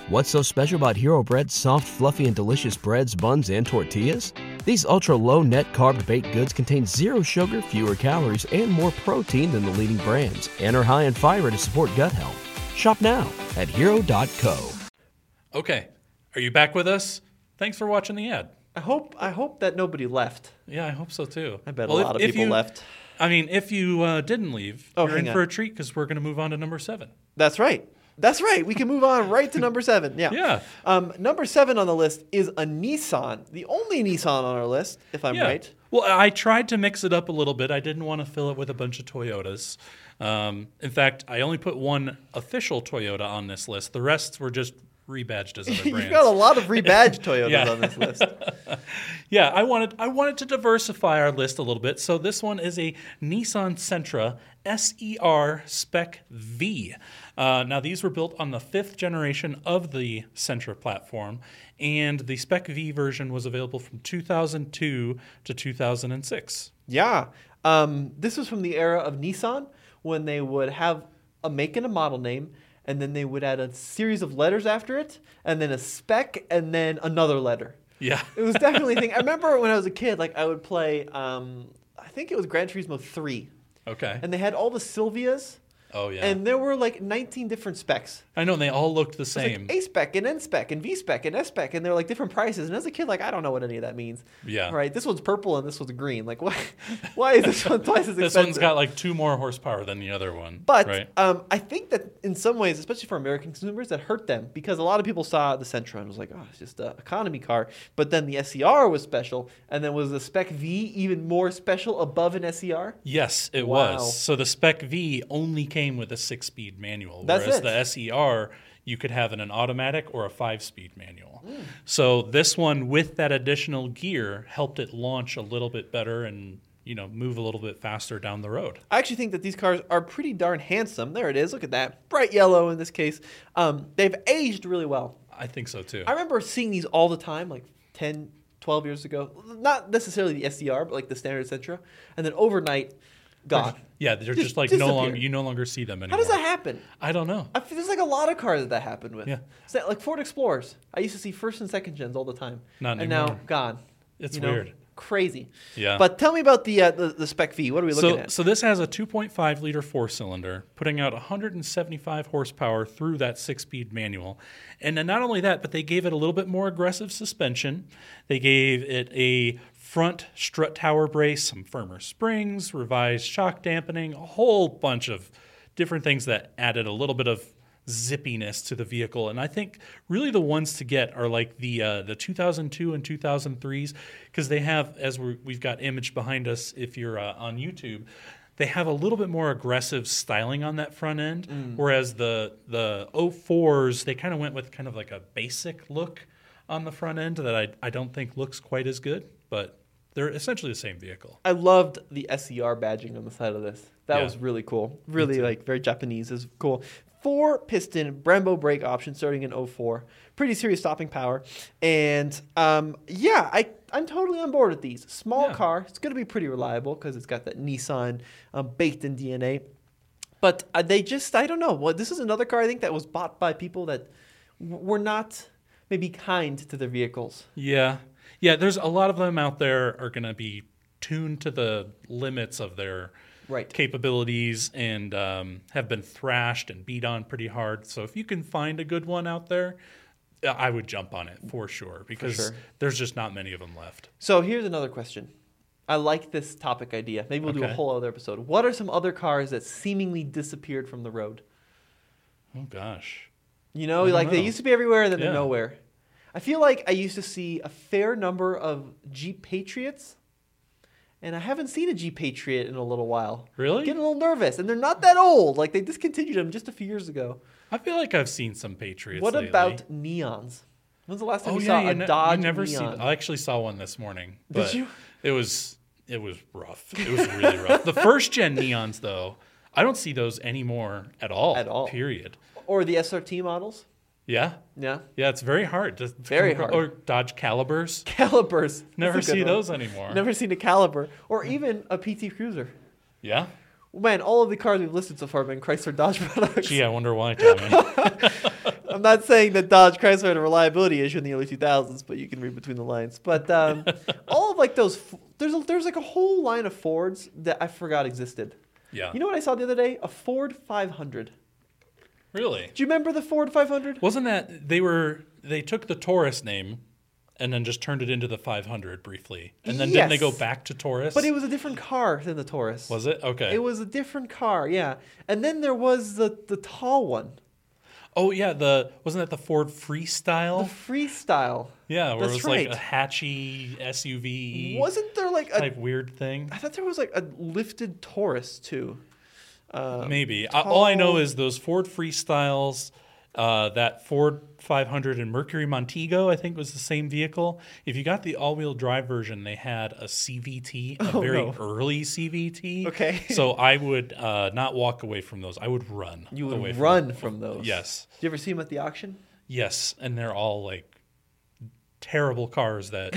[SPEAKER 3] What's so special about Hero Bread's soft, fluffy, and delicious breads, buns, and tortillas? These ultra low net carb baked goods contain zero sugar, fewer calories, and more protein than the leading brands, and are high in fiber to support gut health. Shop now at hero.co.
[SPEAKER 2] Okay. Are you back with us? Thanks for watching the ad.
[SPEAKER 1] i hope i hope that nobody left
[SPEAKER 2] Yeah, I hope so too.
[SPEAKER 1] i bet
[SPEAKER 2] Well,
[SPEAKER 1] a
[SPEAKER 2] if-
[SPEAKER 1] lot
[SPEAKER 2] if
[SPEAKER 1] of people
[SPEAKER 2] you-
[SPEAKER 1] left
[SPEAKER 2] I mean, if you uh, didn't leave,
[SPEAKER 1] Oh,
[SPEAKER 2] you're
[SPEAKER 1] hang
[SPEAKER 2] in
[SPEAKER 1] on.
[SPEAKER 2] for a treat because we're going to move on to number seven.
[SPEAKER 1] That's right. That's right. We can move on right to number seven. Yeah.
[SPEAKER 2] Yeah.
[SPEAKER 1] Um, number seven on the list is a Nissan, the only Nissan on our list, if I'm
[SPEAKER 2] Yeah.
[SPEAKER 1] right.
[SPEAKER 2] Well, I tried to mix it up a little bit. I didn't want to fill it with a bunch of Toyotas. Um, in fact, I only put one official Toyota on this list. The rest were just rebadged as other brands.
[SPEAKER 1] You've got a lot of rebadged Toyotas
[SPEAKER 2] Yeah.
[SPEAKER 1] on this list.
[SPEAKER 2] Yeah, I wanted I wanted to diversify our list a little bit. So this one is a Nissan Sentra SER Spec V. Uh, now these were built on the fifth generation of the Sentra platform, and the Spec V version was available from 2002 to 2006.
[SPEAKER 1] Yeah. Um, this was from the era of Nissan when they would have a make and a model name, and then they would add a series of letters after it, and then a spec, and then another letter.
[SPEAKER 2] Yeah.
[SPEAKER 1] It was definitely a thing. I remember when I was a kid, like I would play, um, I think it was Gran Turismo 3,
[SPEAKER 2] Okay.
[SPEAKER 1] and they had all the Silvias.
[SPEAKER 2] oh yeah.
[SPEAKER 1] And there were like 19 different specs.
[SPEAKER 2] I know and they all looked the
[SPEAKER 1] It's
[SPEAKER 2] same.
[SPEAKER 1] Like A spec and N spec and V spec and S spec, and they're like different prices. And as a kid, like I don't know what any of that means.
[SPEAKER 2] Yeah.
[SPEAKER 1] Right. This one's purple and this one's green. Like why? Why is this one twice as expensive?
[SPEAKER 2] this one's got like two more horsepower than the other one.
[SPEAKER 1] But
[SPEAKER 2] right.
[SPEAKER 1] um, I think that in some ways, especially for American consumers, that hurt them because a lot of people saw the Sentra and was like, oh, it's just an economy car. But then the SER was special, and then was the Spec V even more special above an E SER?
[SPEAKER 2] Yes, it
[SPEAKER 1] Wow.
[SPEAKER 2] was. So the Spec V only came with a six speed manual,
[SPEAKER 1] That's
[SPEAKER 2] whereas
[SPEAKER 1] it.
[SPEAKER 2] the SER you could have in an automatic or a five speed manual.
[SPEAKER 1] Hmm.
[SPEAKER 2] So this one with that additional gear helped it launch a little bit better and you know move a little bit faster down the road.
[SPEAKER 1] I actually think that these cars are pretty darn handsome. There it is. Look at that. Bright yellow in this case. Um, they've aged really well.
[SPEAKER 2] I think so too.
[SPEAKER 1] I remember seeing these all the time, like 10, 12 years ago. Not necessarily the SDR, but like the standard Sentra. And then overnight, gone.
[SPEAKER 2] yeah, they're
[SPEAKER 1] Just
[SPEAKER 2] just, like no longer
[SPEAKER 1] disappeared.
[SPEAKER 2] you no longer see them
[SPEAKER 1] How
[SPEAKER 2] anymore.
[SPEAKER 1] does that happen?
[SPEAKER 2] I don't know.
[SPEAKER 1] I feel, there's like a lot of cars that that happened with.
[SPEAKER 2] Yeah.
[SPEAKER 1] It's that, like Ford Explorers. I used to see first and second gens all the time.
[SPEAKER 2] Not
[SPEAKER 1] and now
[SPEAKER 2] anymore.
[SPEAKER 1] gone.
[SPEAKER 2] It's
[SPEAKER 1] You know,
[SPEAKER 2] weird.
[SPEAKER 1] Crazy.
[SPEAKER 2] Yeah.
[SPEAKER 1] But tell me about the uh, the, the Spec V. What are we looking
[SPEAKER 2] So,
[SPEAKER 1] at?
[SPEAKER 2] so this has a 2.5 liter four cylinder, putting out 175 horsepower through that six speed manual. And then not only that, but they gave it a little bit more aggressive suspension. They gave it a front strut tower brace, some firmer springs, revised shock dampening, a whole bunch of different things that added a little bit of zippiness to the vehicle. And I think really the ones to get are like the uh, the 2002 and 2003s because they have, as we're, we've got image behind us, if you're uh, on YouTube, they have a little bit more aggressive styling on that front end. Whereas the the 04s, they kind of went with kind of like a basic look on the front end that I, I don't think looks quite as good, but they're essentially the same vehicle.
[SPEAKER 1] I loved the SER badging on the side of this. That
[SPEAKER 2] Yeah.
[SPEAKER 1] was really cool. Really like very Japanese is cool. Four piston Brembo brake option starting in 04. Pretty serious stopping power. And um, yeah, I, I'm totally on board with these. Small
[SPEAKER 2] Yeah.
[SPEAKER 1] car. It's going to be pretty reliable because it's got that Nissan um, baked in DNA. But uh, they just, I don't know. Well, this is another car I think that was bought by people that w- were not maybe kind to their vehicles.
[SPEAKER 2] Yeah. Yeah, there's a lot of them out there are going to be tuned to the limits of their
[SPEAKER 1] Right.
[SPEAKER 2] capabilities and um, have been thrashed and beat on pretty hard. So if you can find a good one out there, uh, I would jump on it for sure because
[SPEAKER 1] sure.
[SPEAKER 2] there's just not many of them left.
[SPEAKER 1] So here's another question. I like this topic idea. Maybe we'll do a
[SPEAKER 2] Okay.
[SPEAKER 1] whole other episode. What are some other cars that seemingly disappeared from the road?
[SPEAKER 2] Oh gosh.
[SPEAKER 1] You know,
[SPEAKER 2] I don't
[SPEAKER 1] like they
[SPEAKER 2] know.
[SPEAKER 1] used to be everywhere and then
[SPEAKER 2] Yeah.
[SPEAKER 1] they're nowhere. I feel like I used to see a fair number of Jeep Patriots, and I haven't seen a Jeep Patriot in a little while.
[SPEAKER 2] Really?
[SPEAKER 1] Getting a little nervous, and they're not that old. Like they discontinued them just a few years ago.
[SPEAKER 2] I feel like I've seen some Patriots.
[SPEAKER 1] what
[SPEAKER 2] lately.
[SPEAKER 1] about neons? When's the last time
[SPEAKER 2] Oh
[SPEAKER 1] you
[SPEAKER 2] yeah,
[SPEAKER 1] saw
[SPEAKER 2] you
[SPEAKER 1] a
[SPEAKER 2] ne- you
[SPEAKER 1] Dodge
[SPEAKER 2] never see.
[SPEAKER 1] neon?
[SPEAKER 2] I actually saw one this morning.
[SPEAKER 1] Did
[SPEAKER 2] but
[SPEAKER 1] you?
[SPEAKER 2] It was It was rough. It was really rough. The first gen neons, though, I don't see those anymore at all.
[SPEAKER 1] At all.
[SPEAKER 2] Period.
[SPEAKER 1] Or the SRT models.
[SPEAKER 2] Yeah.
[SPEAKER 1] Yeah.
[SPEAKER 2] Yeah, it's very hard. To, to
[SPEAKER 1] Very
[SPEAKER 2] come acro-
[SPEAKER 1] hard.
[SPEAKER 2] Or Dodge Calibers.
[SPEAKER 1] Calipers. That's
[SPEAKER 2] Never
[SPEAKER 1] a good
[SPEAKER 2] see
[SPEAKER 1] one.
[SPEAKER 2] those anymore.
[SPEAKER 1] Never seen a caliper or even a PT Cruiser.
[SPEAKER 2] Yeah.
[SPEAKER 1] Man, all of the cars we've listed so far have been Chrysler Dodge products.
[SPEAKER 2] Gee, I wonder why, Tommy.
[SPEAKER 1] I'm not saying that Dodge Chrysler had a reliability issue in the early 2000s, but you can read between the lines. But um, all of like those, f- there's a, there's like a whole line of Fords that I forgot existed.
[SPEAKER 2] yeah.
[SPEAKER 1] You know what I saw the other day? A Ford 500.
[SPEAKER 2] really?
[SPEAKER 1] Do you remember the Ford 500?
[SPEAKER 2] Wasn't that they were they took the Taurus name and then just turned it into the 500 briefly, and then didn't they go
[SPEAKER 1] Yes.
[SPEAKER 2] back to Taurus?
[SPEAKER 1] But it was a different car than the Taurus.
[SPEAKER 2] Was it okay?
[SPEAKER 1] It was a different car, yeah. And then there was the the tall one,
[SPEAKER 2] oh yeah, the wasn't that the Ford
[SPEAKER 1] the
[SPEAKER 2] Freestyle?
[SPEAKER 1] Freestyle.
[SPEAKER 2] yeah, where
[SPEAKER 1] that's
[SPEAKER 2] it was
[SPEAKER 1] right.
[SPEAKER 2] like a hatchy SUV
[SPEAKER 1] Wasn't there like a? I
[SPEAKER 2] type weird thing.
[SPEAKER 1] thought there was like a lifted Taurus too.
[SPEAKER 2] Maybe. I, all I know
[SPEAKER 1] tall-
[SPEAKER 2] is those Ford Freestyles, uh, that Ford 500 and Mercury Montego, I think was the same vehicle. If you got the all wheel drive version, they had a CVT, a very
[SPEAKER 1] Oh, no.
[SPEAKER 2] early CVT.
[SPEAKER 1] Okay.
[SPEAKER 2] so I would uh, not walk away from those. I would run.
[SPEAKER 1] You would
[SPEAKER 2] away from
[SPEAKER 1] run from those.
[SPEAKER 2] Yes.
[SPEAKER 1] Do you ever see them at the auction?
[SPEAKER 2] Yes, and they're all like terrible cars that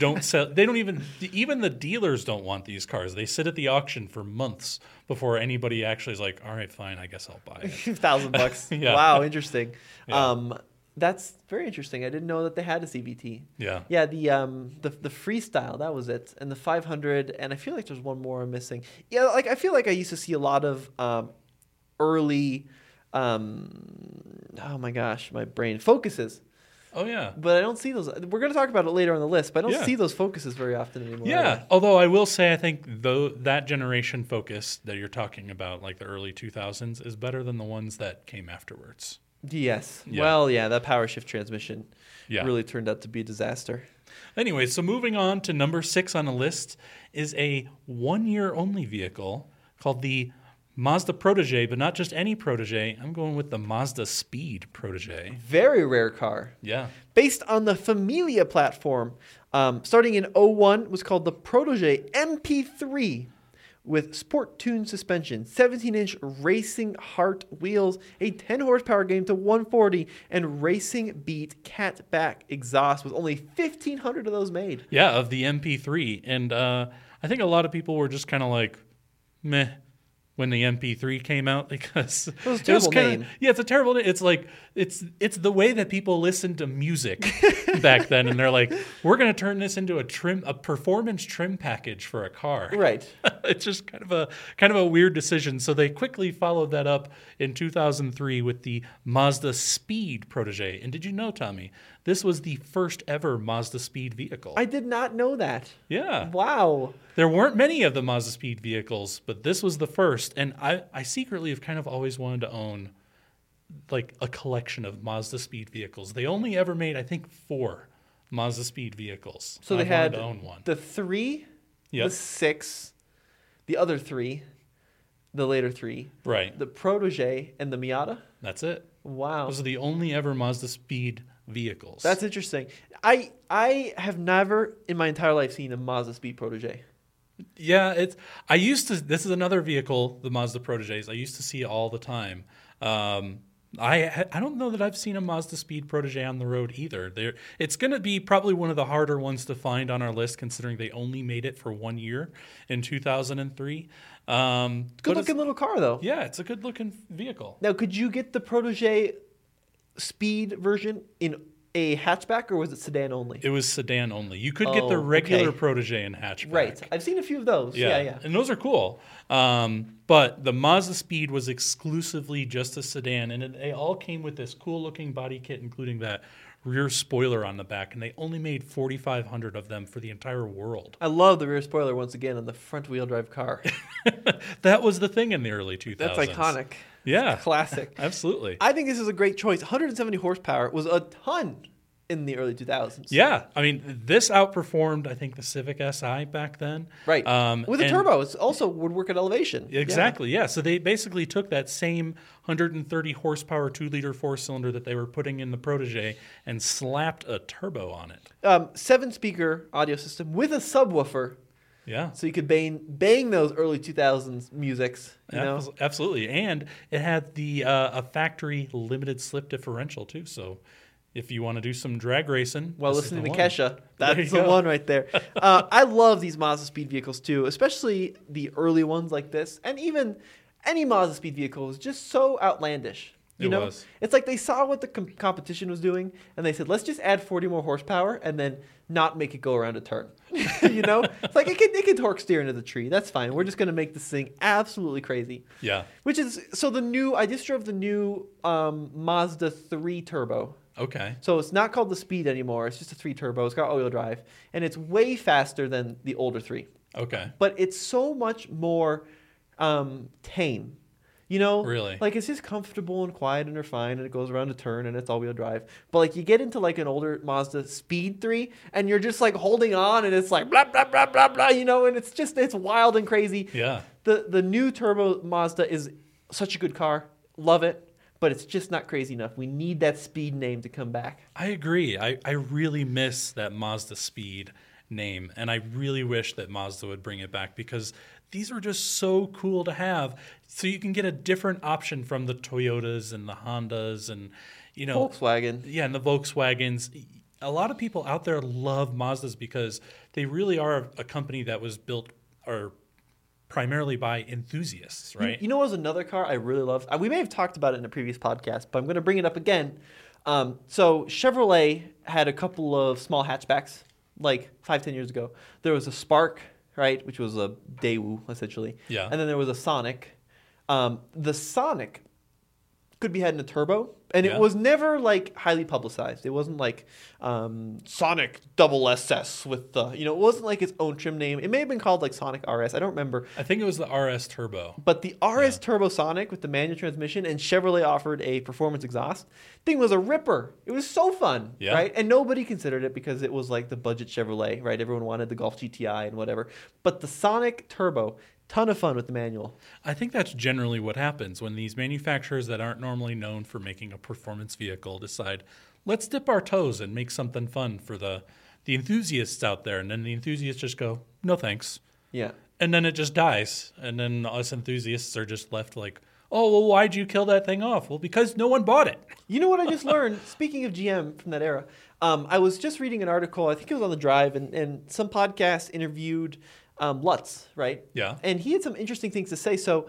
[SPEAKER 2] don't sell. They don't even even the dealers don't want these cars. They sit at the auction for months before anybody actually is like, "All right, fine, I guess I'll buy it."
[SPEAKER 1] Thousand bucks.
[SPEAKER 2] Yeah.
[SPEAKER 1] Wow, interesting. Um, that's very interesting. I didn't know that they had a CVT.
[SPEAKER 2] Yeah.
[SPEAKER 1] Yeah, the um the, the freestyle that was it, and the 500, and I feel like there's one more I'm missing. Yeah, like I feel like I used to see a lot of um, early, um, oh my gosh, my brain focuses,
[SPEAKER 2] Oh yeah.
[SPEAKER 1] but I don't see those. We're gonna talk about it later on the list, but I don't
[SPEAKER 2] Yeah.
[SPEAKER 1] see those focuses very often anymore.
[SPEAKER 2] Yeah. Although I will say I think though that generation focus that you're talking about, like the early two thousands, is better than the ones that came afterwards.
[SPEAKER 1] Yes.
[SPEAKER 2] Yeah.
[SPEAKER 1] Well, yeah, that power shift transmission
[SPEAKER 2] Yeah.
[SPEAKER 1] really turned out to be a disaster.
[SPEAKER 2] Anyway, so moving on to number six on the list is a one year only vehicle called the Mazda Protege, but not just any Protege. I'm going with the Mazda Speed Protege.
[SPEAKER 1] Very rare car.
[SPEAKER 2] Yeah.
[SPEAKER 1] Based on the Familia platform, um, starting in 01, was called the Protege MP3 with sport tuned suspension, 17 inch racing heart wheels, a 10 horsepower game to 140, and racing beat catback exhaust with only 1,500 of those made.
[SPEAKER 2] Yeah, of the MP3. And uh, I think a lot of people were just kind of like, meh, when the MP3 came out because it
[SPEAKER 1] was a terrible name.
[SPEAKER 2] Yeah, it's a terrible name. It's like it's it's the way that people listened to music back then, and they're like, we're gonna turn this into a trim, a performance trim package for a car.
[SPEAKER 1] Right.
[SPEAKER 2] it's just kind of a kind of a weird decision. So they quickly followed that up in 2003 with the Mazda Speed Protege. And did you know, Tommy, this was the first ever Mazda Speed vehicle?
[SPEAKER 1] I did not know that.
[SPEAKER 2] yeah.
[SPEAKER 1] Wow.
[SPEAKER 2] There weren't many of the Mazda Speed vehicles, but this was the first. And I, I secretly have kind of always wanted to own like a collection of Mazda Speed vehicles. They only ever made, I think, four Mazda Speed vehicles.
[SPEAKER 1] So
[SPEAKER 2] And
[SPEAKER 1] they
[SPEAKER 2] I
[SPEAKER 1] had
[SPEAKER 2] wanted to own one.
[SPEAKER 1] the three,
[SPEAKER 2] Yep.
[SPEAKER 1] the six, the other three, the later three,
[SPEAKER 2] right.
[SPEAKER 1] the Protege, and the Miata.
[SPEAKER 2] That's it.
[SPEAKER 1] Wow.
[SPEAKER 2] Those are the only ever Mazda Speed vehicles.
[SPEAKER 1] That's interesting. I I have never in my entire life seen a Mazda Speed Protege.
[SPEAKER 2] Yeah, it's. I used to. This is another vehicle, the Mazda Proteges. I used to see all the time. Um, I ha- I don't know that I've seen a Mazda Speed Protege on the road either. There, it's going to be probably one of the harder ones to find on our list, considering they only made it for one year in 2003. Um, but
[SPEAKER 1] Good
[SPEAKER 2] it's-
[SPEAKER 1] looking little car though.
[SPEAKER 2] Yeah, it's a good looking vehicle.
[SPEAKER 1] Now, could you get the Protege Speed version in a hatchback or was it sedan only?
[SPEAKER 2] It was sedan only. You could
[SPEAKER 1] Oh,
[SPEAKER 2] get the regular
[SPEAKER 1] okay.
[SPEAKER 2] Protege and hatchback.
[SPEAKER 1] right. I've seen a few of those. Yeah, yeah.
[SPEAKER 2] And those are cool. Um, but the Mazda Speed was exclusively just a sedan, and it, they all came with this cool looking body kit, including that rear spoiler on the back. And they only made 4,500 of them for the entire world.
[SPEAKER 1] I love the rear spoiler once again on the front wheel drive car.
[SPEAKER 2] That was the thing in the early 2000s.
[SPEAKER 1] That's iconic.
[SPEAKER 2] Yeah.
[SPEAKER 1] Classic.
[SPEAKER 2] Absolutely.
[SPEAKER 1] I think this is a great choice. 170 horsepower was a ton in the early 2000s.
[SPEAKER 2] Yeah. I mean, this outperformed, I think, the Civic SI back then.
[SPEAKER 1] Right. With a
[SPEAKER 2] Um, and-
[SPEAKER 1] turbo, it's also would work at elevation. Yeah.
[SPEAKER 2] Exactly. Yeah. So they basically took that same 130 horsepower two liter four cylinder that they were putting in the Protege and slapped a turbo on it.
[SPEAKER 1] Um, seven speaker audio system with a subwoofer.
[SPEAKER 2] Yeah.
[SPEAKER 1] So you could bang, bang those early 2000s musics, you know?
[SPEAKER 2] Abs- Absolutely, and it had the uh, a factory limited slip differential too. So, if you want to do some drag racing,
[SPEAKER 1] While
[SPEAKER 2] this is
[SPEAKER 1] listening
[SPEAKER 2] the
[SPEAKER 1] to
[SPEAKER 2] one.
[SPEAKER 1] Kesha,
[SPEAKER 2] There you
[SPEAKER 1] that's the
[SPEAKER 2] go.
[SPEAKER 1] one right there. Uh, I love these Mazda Speed vehicles too, especially the early ones like this, and even any Mazda Speed vehicle is just so outlandish. You
[SPEAKER 2] It
[SPEAKER 1] know,
[SPEAKER 2] was.
[SPEAKER 1] it's like they saw what the com- competition was doing, and they said, "Let's just add 40 more horsepower, and then not make it go around a turn." you know, it's like it can it can torque steer into the tree. That's fine. We're just going to make this thing absolutely crazy.
[SPEAKER 2] Yeah.
[SPEAKER 1] Which is so the new. I just drove the new um, Mazda 3 Turbo.
[SPEAKER 2] Okay.
[SPEAKER 1] So it's not called the Speed anymore. It's just a three turbo. It's got all wheel drive, and it's way faster than the older three.
[SPEAKER 2] Okay.
[SPEAKER 1] But it's so much more um, tame. You know,
[SPEAKER 2] Really?
[SPEAKER 1] like it's just comfortable and quiet and refined, and it goes around a turn and it's all wheel drive. But like you get into like an older Mazda Speed three, and you're just like holding on, and it's like blah blah blah blah blah. You know, and it's just it's wild and crazy.
[SPEAKER 2] Yeah.
[SPEAKER 1] The the new turbo Mazda is such a good car. Love it. But it's just not crazy enough. We need that speed name to come back.
[SPEAKER 2] I agree. I, I really miss that Mazda Speed name, and I really wish that Mazda would bring it back because these were just so cool to have. So you can get a different option from the Toyotas and the Hondas and you know
[SPEAKER 1] Volkswagen.
[SPEAKER 2] Yeah, and the Volkswagens. A lot of people out there love Mazdas because they really are a company that was built or primarily by enthusiasts, right?
[SPEAKER 1] You know, what was another car I really loved. Uh, We may have talked about it in a previous podcast, but I'm going to bring it up again. Um, so Chevrolet had a couple of small hatchbacks like five, ten years ago. There was a Spark, right, which was a Daewoo essentially.
[SPEAKER 2] Yeah.
[SPEAKER 1] And then there was a Sonic. Um, the Sonic could be had in a turbo, and
[SPEAKER 2] Yeah.
[SPEAKER 1] it was never like highly publicized. It wasn't like um, Sonic Double SS with the, you know, it wasn't like its own trim name. It may have been called like Sonic RS. I don't remember.
[SPEAKER 2] I think it was the RS Turbo.
[SPEAKER 1] But the RS Turbo Sonic with the manual transmission and Chevrolet offered a performance exhaust thing was a ripper. It was so fun,
[SPEAKER 2] Yeah.
[SPEAKER 1] right? And nobody considered it because it was like the budget Chevrolet, right? Everyone wanted the Golf GTI and whatever. But the Sonic Turbo, ton of fun with the manual.
[SPEAKER 2] I think that's generally what happens when these manufacturers that aren't normally known for making a performance vehicle decide, let's dip our toes and make something fun for the the enthusiasts out there, and then the enthusiasts just go, no thanks.
[SPEAKER 1] Yeah.
[SPEAKER 2] and then it just dies and then us enthusiasts are just left like oh well why'd you kill that thing off well because no one bought it
[SPEAKER 1] You know what I just learned? Speaking of GM from that era, um, I was just reading an article. I think it was on the drive, and, and some podcast interviewed um, Lutz, right?
[SPEAKER 2] Yeah.
[SPEAKER 1] And he had some interesting things to say. So,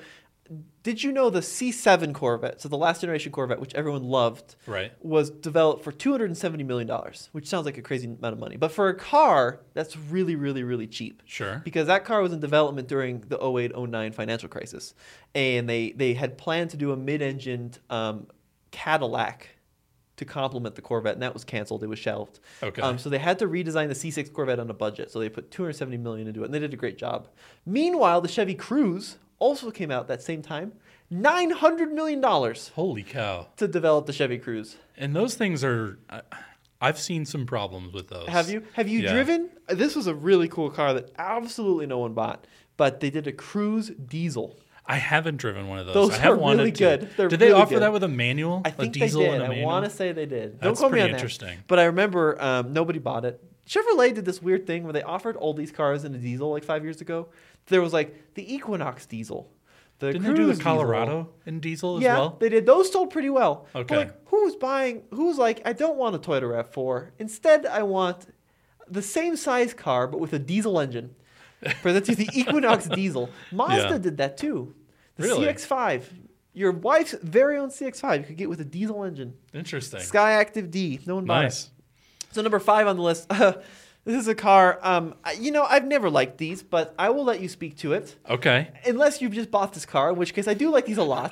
[SPEAKER 1] did you know the C7 Corvette, so the last generation Corvette, which everyone loved,
[SPEAKER 2] Right.
[SPEAKER 1] was developed for $270 million, which sounds like a crazy amount of money. But for a car, that's really, really, really cheap
[SPEAKER 2] Sure.
[SPEAKER 1] because that car was in development during the 08 09 financial crisis and they, they had planned to do a mid-engined um, cadillac to complement the corvette and that was canceled it was shelved
[SPEAKER 2] Okay.
[SPEAKER 1] um, so they had to redesign the c6 corvette on a budget so they put 270 million into it and they did a great job meanwhile the chevy cruze also came out that same time 900 million dollars
[SPEAKER 2] holy cow
[SPEAKER 1] to develop the chevy cruze
[SPEAKER 2] and those things are I, i've seen some problems with those
[SPEAKER 1] Have you? Have you
[SPEAKER 2] Yeah.
[SPEAKER 1] driven? This was a really cool car that absolutely no one bought, but they did a cruise diesel.
[SPEAKER 2] i haven't driven one of those,
[SPEAKER 1] Those
[SPEAKER 2] i have
[SPEAKER 1] are
[SPEAKER 2] wanted
[SPEAKER 1] really
[SPEAKER 2] to
[SPEAKER 1] good. They're
[SPEAKER 2] did they
[SPEAKER 1] really
[SPEAKER 2] offer
[SPEAKER 1] good.
[SPEAKER 2] that with a manual
[SPEAKER 1] I think
[SPEAKER 2] a diesel
[SPEAKER 1] they did.
[SPEAKER 2] and a
[SPEAKER 1] I
[SPEAKER 2] manual
[SPEAKER 1] want to say they did. Don't
[SPEAKER 2] That's
[SPEAKER 1] quote me
[SPEAKER 2] pretty
[SPEAKER 1] on that.
[SPEAKER 2] interesting.
[SPEAKER 1] But I remember um, nobody bought it. Chevrolet did this weird thing where they offered all these cars in a diesel like five years ago. There was like the Equinox diesel. The
[SPEAKER 2] didn't they do
[SPEAKER 1] Cruze
[SPEAKER 2] the
[SPEAKER 1] diesel.
[SPEAKER 2] colorado in diesel as
[SPEAKER 1] yeah,
[SPEAKER 2] well
[SPEAKER 1] they did. Those sold pretty well. But,
[SPEAKER 2] Okay.
[SPEAKER 1] like, who's buying? Who's like, I don't want a Toyota Rav4. Instead, I want the same size car but with a diesel engine. For the the Equinox diesel. Mazda
[SPEAKER 2] Yeah.
[SPEAKER 1] did that too. The
[SPEAKER 2] Really?
[SPEAKER 1] CX-5, your wife's very own CX-5, you could get with a diesel engine.
[SPEAKER 2] interesting
[SPEAKER 1] Sky Active D. No one bought
[SPEAKER 2] nice
[SPEAKER 1] it. So number five on the list. this is a car. Um, I- you know, I've never liked these, but I will let you speak to it
[SPEAKER 2] okay
[SPEAKER 1] unless you've just bought this car, in which case I do like these a lot.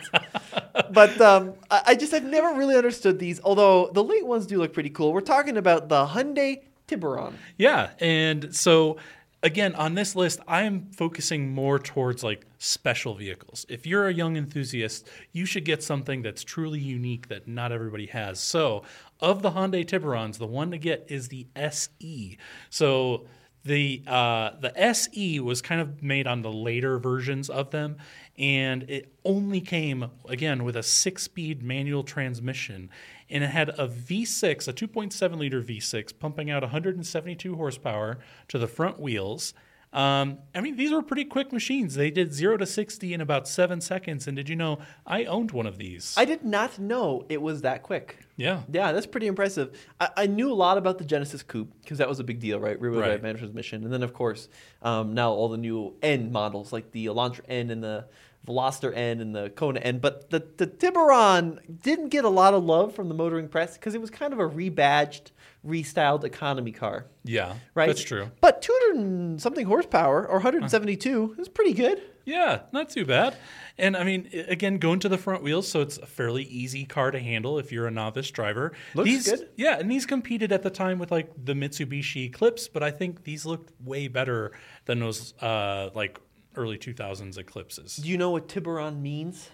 [SPEAKER 1] but um, I, I just I've never really understood these. Although the late ones do look pretty cool. We're talking about the Hyundai Tiburon.
[SPEAKER 2] Yeah, and so again on this list, I'm focusing more towards like special vehicles. If you're a young enthusiast, you should get something that's truly unique that not everybody has. So, of the Hyundai Tiburons, the one to get is the SE. So the uh, the SE was kind of made on the later versions of them, and it only came again with a six-speed manual transmission, and it had a V6, a 2.7 liter V6, pumping out 172 horsepower to the front wheels, Um, I mean, these were pretty quick machines. They did zero to 60 in about seven seconds. And did you know I owned one of these?
[SPEAKER 1] I did not know it was that quick.
[SPEAKER 2] yeah.
[SPEAKER 1] Yeah, that's pretty impressive. I, I knew a lot about the Genesis Coupe because that was a big deal, right? Rear wheel
[SPEAKER 2] Right.
[SPEAKER 1] drive management transmission, and then of course um, now all the new N models like the Elantra N and the Veloster N and the Kona N. But the the Tiburon didn't get a lot of love from the motoring press because it was kind of a rebadged, restyled economy car,
[SPEAKER 2] Yeah.
[SPEAKER 1] right?
[SPEAKER 2] That's true.
[SPEAKER 1] But 200 and something horsepower or 172 is pretty good.
[SPEAKER 2] Yeah, not too bad. And I mean, i- again, going to the front wheels, so it's a fairly easy car to handle if you're a novice driver.
[SPEAKER 1] Looks
[SPEAKER 2] these,
[SPEAKER 1] good.
[SPEAKER 2] Yeah, and these competed at the time with like the Mitsubishi Eclipse, but I think these looked way better than those uh, like early 2000s Eclipses.
[SPEAKER 1] Do you know what Tiburon means?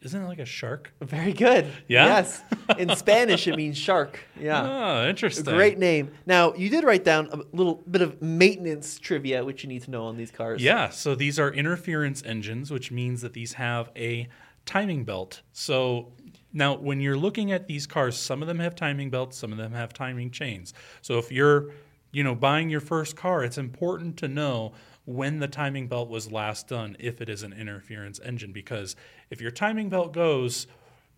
[SPEAKER 2] Isn't it like a shark?
[SPEAKER 1] Very good.
[SPEAKER 2] Yeah?
[SPEAKER 1] Yes. In Spanish, it means shark. Yeah.
[SPEAKER 2] Oh, interesting.
[SPEAKER 1] Great name. Now, you did write down a little bit of maintenance trivia, which you need to know on these cars.
[SPEAKER 2] Yeah, so these are interference engines, which means that these have a timing belt. So now, when you're looking at these cars, some of them have timing belts, some of them have timing chains. So if you're, you know, buying your first car, it's important to know when the timing belt was last done if it is an interference engine because if your timing belt goes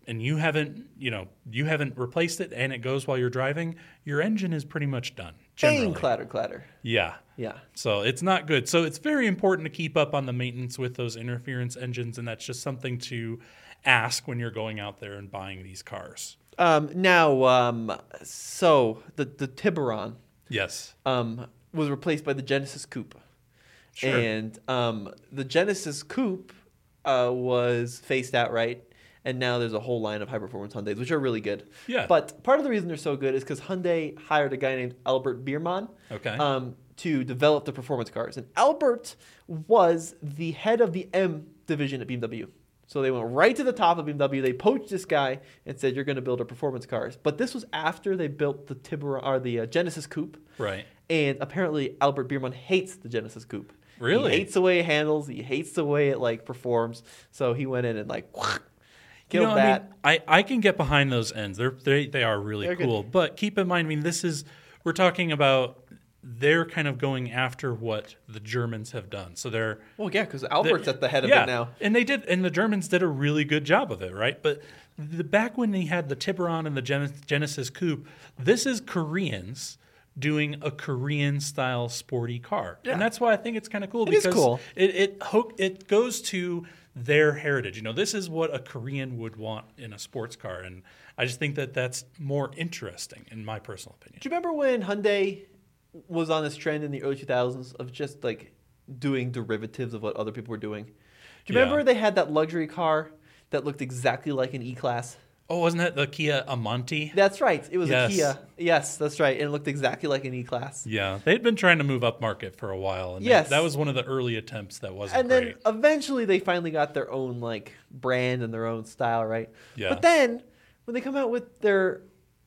[SPEAKER 2] and you haven't, you know, you haven't replaced it and it goes while you're driving, your engine is pretty much done.
[SPEAKER 1] Bang,
[SPEAKER 2] Generally.
[SPEAKER 1] clatter, clatter.
[SPEAKER 2] Yeah.
[SPEAKER 1] Yeah.
[SPEAKER 2] So it's not good. So it's very important to keep up on the maintenance with those interference engines, and that's just something to ask when you're going out there and buying these cars.
[SPEAKER 1] Um, now, um, so the, the Tiburon
[SPEAKER 2] Yes.
[SPEAKER 1] um, was replaced by the Genesis Coupe.
[SPEAKER 2] Sure.
[SPEAKER 1] And um, the Genesis Coupe uh, was phased out, right? And now there's a whole line of high performance Hyundais, which are really good.
[SPEAKER 2] Yeah.
[SPEAKER 1] But part of the reason they're so good is because Hyundai hired a guy named Albert Biermann
[SPEAKER 2] Okay.
[SPEAKER 1] um, to develop the performance cars. And Albert was the head of the M division at BMW. So they went right to the top of BMW. They poached this guy and said, "You're going to build our performance cars." But this was after they built the Tiburon or the uh, Genesis Coupe.
[SPEAKER 2] Right.
[SPEAKER 1] And apparently, Albert Biermann hates the Genesis Coupe.
[SPEAKER 2] Really?
[SPEAKER 1] He hates the way it handles. He hates the way it like performs. So he went in and like killed
[SPEAKER 2] you know,
[SPEAKER 1] that.
[SPEAKER 2] I, mean, I I can get behind those ends. They're they they are really
[SPEAKER 1] They're good.
[SPEAKER 2] cool. But keep in mind, I mean, this is we're talking about they're kind of going after what the Germans have done. So they're
[SPEAKER 1] well, yeah, because Albert's at the head of
[SPEAKER 2] yeah,
[SPEAKER 1] it now.
[SPEAKER 2] And they did, and the Germans did a really good job of it, right? But the back when they had the Tiburon and the Gen- Genesis Coupe, this is Koreans doing a Korean style sporty car, and that's why I think it's kind of cool
[SPEAKER 1] is
[SPEAKER 2] because
[SPEAKER 1] cool.
[SPEAKER 2] it it, ho- it goes to their heritage. You know, this is what a Korean would want in a sports car, and I just think that that's more interesting, in my personal opinion.
[SPEAKER 1] Do you remember when Hyundai was on this trend in the early 2000s of just like doing derivatives of what other people were doing? Do you
[SPEAKER 2] Yeah.
[SPEAKER 1] remember they had that luxury car that looked exactly like an E Class?
[SPEAKER 2] Oh, wasn't that the Kia Amante?
[SPEAKER 1] That's right. It was
[SPEAKER 2] Yes.
[SPEAKER 1] a Kia. Yes, that's right. And it looked exactly like an E Class.
[SPEAKER 2] Yeah, they'd been trying to move up market for a while, and
[SPEAKER 1] Yes.
[SPEAKER 2] that, that was one of the early attempts that wasn't
[SPEAKER 1] and
[SPEAKER 2] great.
[SPEAKER 1] then eventually they finally got their own like brand and their own style, right?
[SPEAKER 2] Yeah.
[SPEAKER 1] But then when they come out with their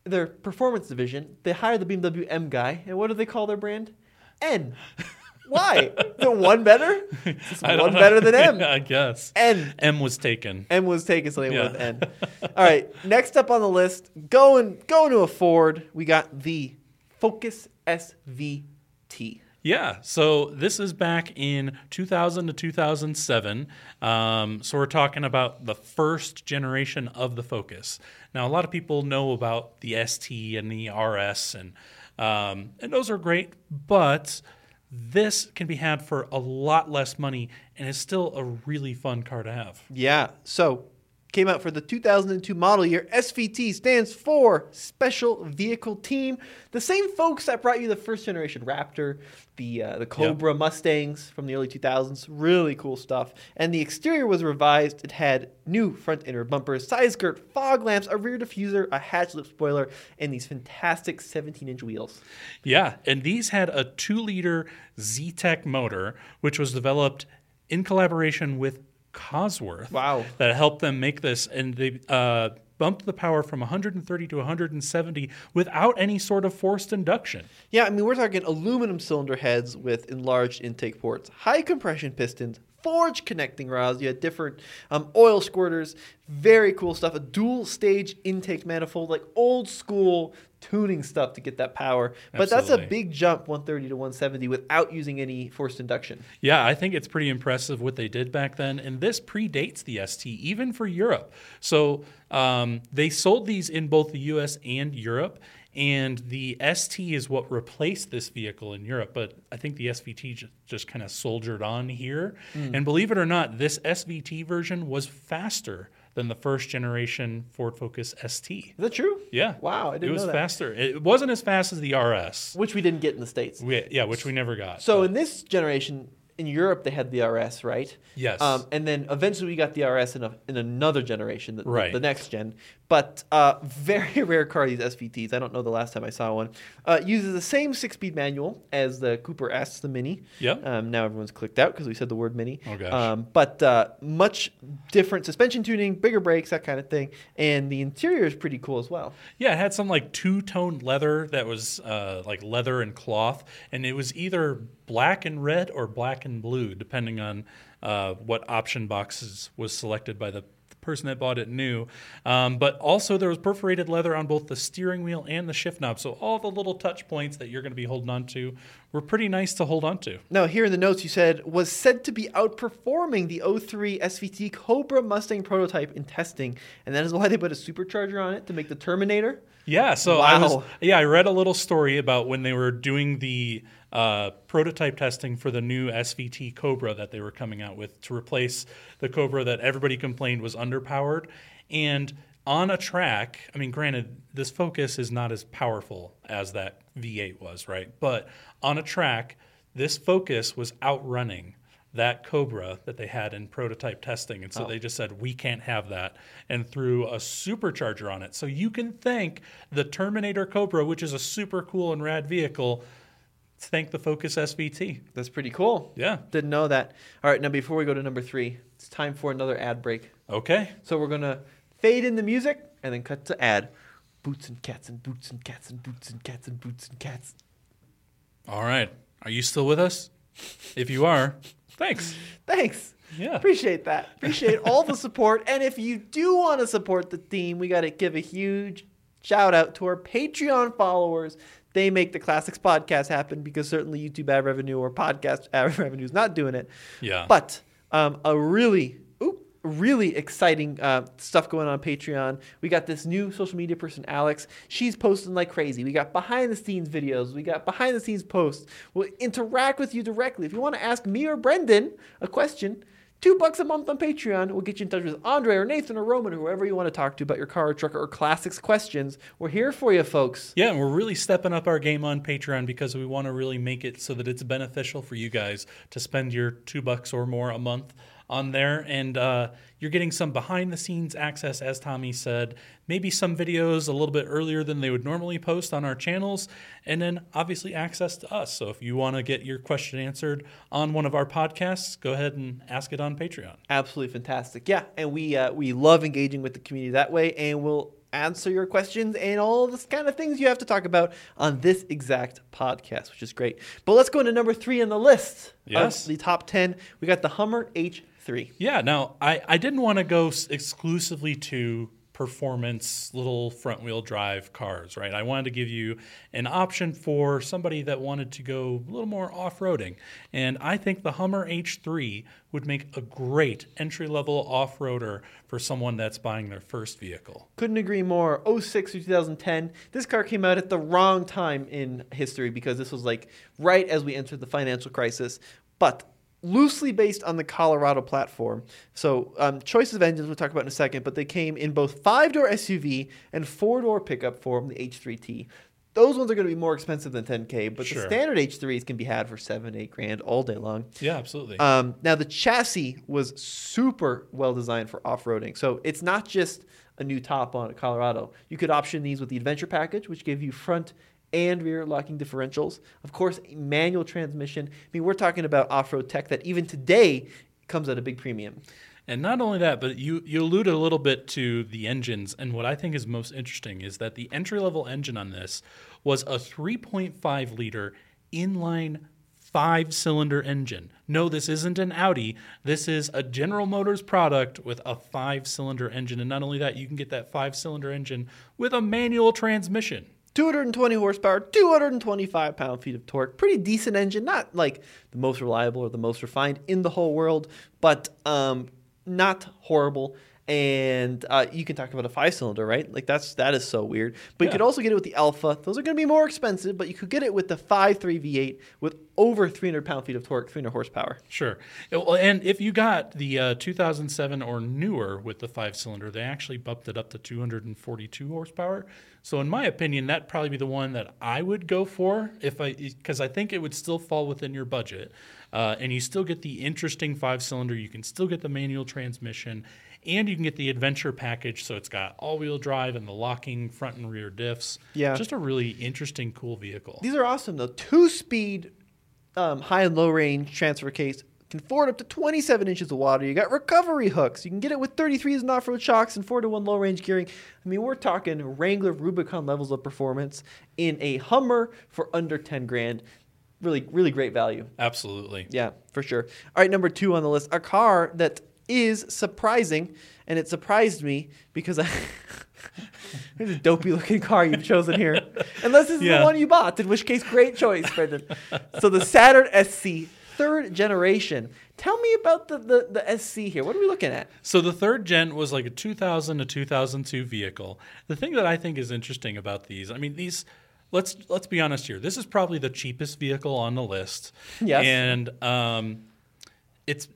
[SPEAKER 1] their performance division, they hire the BMW M guy, and what do they call their brand? N. Why? the one better? It's
[SPEAKER 2] I
[SPEAKER 1] one
[SPEAKER 2] don't know.
[SPEAKER 1] better than M.
[SPEAKER 2] I guess.
[SPEAKER 1] N.
[SPEAKER 2] M was taken.
[SPEAKER 1] M was taking something
[SPEAKER 2] Yeah.
[SPEAKER 1] with N. All right, next up on the list, going going to a Ford, we got the Focus SVT.
[SPEAKER 2] Yeah. So this is back in 2000 to 2007. Um, so we're talking about the first generation of the Focus. Now, a lot of people know about the ST and the RS, and um, and those are great, but this can be had for a lot less money and is still a really fun car to have.
[SPEAKER 1] Yeah. So came out for the 2002 model year. SVT stands for Special Vehicle Team. The same folks that brought you the first generation Raptor, the uh, the Cobra Mustangs from the early 2000s. Really cool stuff. And the exterior was revised. It had new front and rear bumpers, side skirt, fog lamps, a rear diffuser, a hatch lip spoiler, and these fantastic 17-inch wheels.
[SPEAKER 2] Yeah, and these had a two-liter ZTEC motor, which was developed in collaboration with Cosworth.
[SPEAKER 1] Wow.
[SPEAKER 2] That helped them make this, and they uh, bumped the power from 130 to 170 without any sort of forced induction.
[SPEAKER 1] Yeah, I mean, we're talking aluminum cylinder heads with enlarged intake ports, high compression pistons, forged connecting rods. You had different um, oil squirters, very cool stuff. A dual stage intake manifold, like old school tuning stuff to get that power. But that's a
[SPEAKER 2] Absolutely.
[SPEAKER 1] big jump, 130 to 170, without using any forced induction.
[SPEAKER 2] Yeah, I think it's pretty impressive what they did back then. And this predates the ST, even for Europe. So um, they sold these in both the US and Europe. And the ST is what replaced this vehicle in Europe. But I think the SVT ju- just kind of soldiered on here.
[SPEAKER 1] Hmm.
[SPEAKER 2] And believe it or not, this SVT version was faster than the first generation Ford Focus ST.
[SPEAKER 1] Is that true?
[SPEAKER 2] Yeah.
[SPEAKER 1] Wow, I didn't
[SPEAKER 2] It was
[SPEAKER 1] know that.
[SPEAKER 2] faster. It wasn't as fast as the RS.
[SPEAKER 1] Which we didn't get in the States.
[SPEAKER 2] We- yeah, which we never got.
[SPEAKER 1] So in this generation, in Europe, they had the RS, right?
[SPEAKER 2] Yes.
[SPEAKER 1] Um, and then eventually we got the RS in, a, in another generation, the, the-
[SPEAKER 2] Right.
[SPEAKER 1] the next gen. But uh, very rare car, these SVTs. I don't know the last time I saw one. Uh, uses the same six speed manual as the Cooper S, the Mini.
[SPEAKER 2] Yep.
[SPEAKER 1] Um, now everyone's clicked out because we said the word Mini.
[SPEAKER 2] Oh, gosh.
[SPEAKER 1] Um, but uh, much different suspension tuning, bigger brakes, that kind of thing. And the interior is pretty cool as well.
[SPEAKER 2] Yeah, it had some like two tone leather that was uh, like leather and cloth, and it was either black and red or black and blue, depending on uh, what option boxes was selected by the person that bought it new. Um, but also, there was perforated leather on both the steering wheel and the shift knob, so all the little touch points that you're going to be holding on to were pretty nice to hold on to.
[SPEAKER 1] Now, here in the notes, you said was said to be outperforming the 03 SVT Cobra Mustang prototype in testing, and that is why they put a supercharger on it to make the Terminator.
[SPEAKER 2] Yeah, so I was
[SPEAKER 1] Wow.
[SPEAKER 2] yeah, I read a little story about when they were doing the uh, prototype testing for the new SVT Cobra that they were coming out with to replace the Cobra that everybody complained was underpowered. And on a track, I mean, granted, this Focus is not as powerful as that V8 was, right? But on a track, this Focus was outrunning that Cobra that they had in prototype testing. And so they just said, we can't have that, and threw a supercharger on it. So you can thank the Terminator Cobra, which is a super cool and rad vehicle, thank the Focus SVT.
[SPEAKER 1] That's pretty cool.
[SPEAKER 2] Yeah.
[SPEAKER 1] Didn't know that. All right, now before we go to number three, it's time for another ad break.
[SPEAKER 2] Okay.
[SPEAKER 1] So we're gonna fade in the music and then cut to ad. Boots and cats and boots and cats and boots and cats and boots and cats.
[SPEAKER 2] All right. Are you still with us? If you are, thanks.
[SPEAKER 1] Thanks.
[SPEAKER 2] Yeah.
[SPEAKER 1] Appreciate that. Appreciate all the support. And if you do want to support the team, we got to give a huge shout out to our Patreon followers. They make the Classics podcast happen because certainly YouTube ad revenue or podcast ad revenue is not doing it.
[SPEAKER 2] Yeah.
[SPEAKER 1] But um, a really, oop, really exciting uh, stuff going on Patreon. We got this new social media person, Alex. She's posting like crazy. We got behind the scenes videos. We got behind the scenes posts. We'll interact with you directly. If you want to ask me or Brendan a question, Two bucks a month on Patreon will get you in touch with Andre or Nathan or Roman or whoever you want to talk to about your car or truck or classics questions. We're here for you, folks.
[SPEAKER 2] Yeah, and we're really stepping up our game on Patreon because we want to really make it so that it's beneficial for you guys to spend your two bucks or more a month on there. And uh, you're getting some behind the scenes access, as Tommy said, maybe some videos a little bit earlier than they would normally post on our channels, and then obviously access to us. So if you want to get your question answered on one of our podcasts, go ahead and ask it on Patreon.
[SPEAKER 1] Absolutely fantastic. Yeah, and we uh, we love engaging with the community that way, and we'll answer your questions and all this kind of things you have to talk about on this exact podcast, which is great. But let's go into number three on the list
[SPEAKER 2] Yes.
[SPEAKER 1] of the top ten. We got the Hummer H3.
[SPEAKER 2] Yeah, now I, I didn't want to go s- exclusively to performance little front wheel drive cars, right? I wanted to give you an option for somebody that wanted to go a little more off roading. And I think the Hummer H3 would make a great entry level off roader for someone that's buying their first vehicle.
[SPEAKER 1] Couldn't agree more. 06 to 2010. This car came out at the wrong time in history because this was like right as we entered the financial crisis, but loosely based on the Colorado platform. So, um, choices of engines we'll talk about in a second, but they came in both five door SUV and four door pickup form, the H3T. Those ones are going to be more expensive than 10K, but the
[SPEAKER 2] Sure.
[SPEAKER 1] standard H3s can be had for seven, eight grand all day long.
[SPEAKER 2] Yeah, absolutely.
[SPEAKER 1] Um, now the chassis was super well designed for off-roading, so it's not just a new top on a Colorado. You could option these with the Adventure package, which gave you front and rear locking differentials. Of course, manual transmission. I mean, we're talking about off-road tech that even today comes at a big premium.
[SPEAKER 2] And not only that, but you, you alluded a little bit to the engines. And what I think is most interesting is that the entry level engine on this was a 3.5 liter inline five cylinder engine. No, this isn't an Audi. This is a General Motors product with a five cylinder engine. And not only that, you can get that five cylinder engine with a manual transmission.
[SPEAKER 1] 220 horsepower, 225 pound feet of torque. Pretty decent engine. Not like the most reliable or the most refined in the whole world, but um, not horrible. And uh, you can talk about a five cylinder, right? Like that's that is so weird. But you
[SPEAKER 2] Yeah.
[SPEAKER 1] could also get it with the Alpha. Those are going to be more expensive, but you could get it with the 5.3 V8 with over 300 pound feet of torque, 300 horsepower.
[SPEAKER 2] Sure. Uh, well, And if you got the uh, 2007 or newer with the five cylinder, they actually bumped it up to 242 horsepower. So, in my opinion, that'd probably be the one that I would go for if I, because I think it would still fall within your budget. Uh, and you still get the interesting five cylinder, you can still get the manual transmission, and you can get the adventure package. So, it's got all wheel drive and the locking front and rear diffs.
[SPEAKER 1] Yeah.
[SPEAKER 2] Just a really interesting, cool vehicle.
[SPEAKER 1] These are awesome though. Two speed, um, high and low range transfer case can forward up to 27 inches of water. You got recovery hooks. You can get it with 33s and off road shocks and 4 to 1 low range gearing. I mean, we're talking Wrangler Rubicon levels of performance in a Hummer for under 10 grand. Really, really great value.
[SPEAKER 2] Absolutely.
[SPEAKER 1] Yeah, for sure. All right, number two on the list, a car that is surprising, and it surprised me because I. It's a dopey looking car you've chosen here. Unless this is
[SPEAKER 2] Yeah.
[SPEAKER 1] the one you bought, in which case, great choice, Brendan. so the Saturn SC, third generation. Tell me about the, the, the SC here. What are we looking at?
[SPEAKER 2] So the third gen was like a 2000 to 2002 vehicle. The thing that I think is interesting about these, I mean, these. Let's let's be honest here. This is probably the cheapest vehicle on the list.
[SPEAKER 1] Yes.
[SPEAKER 2] And um, it's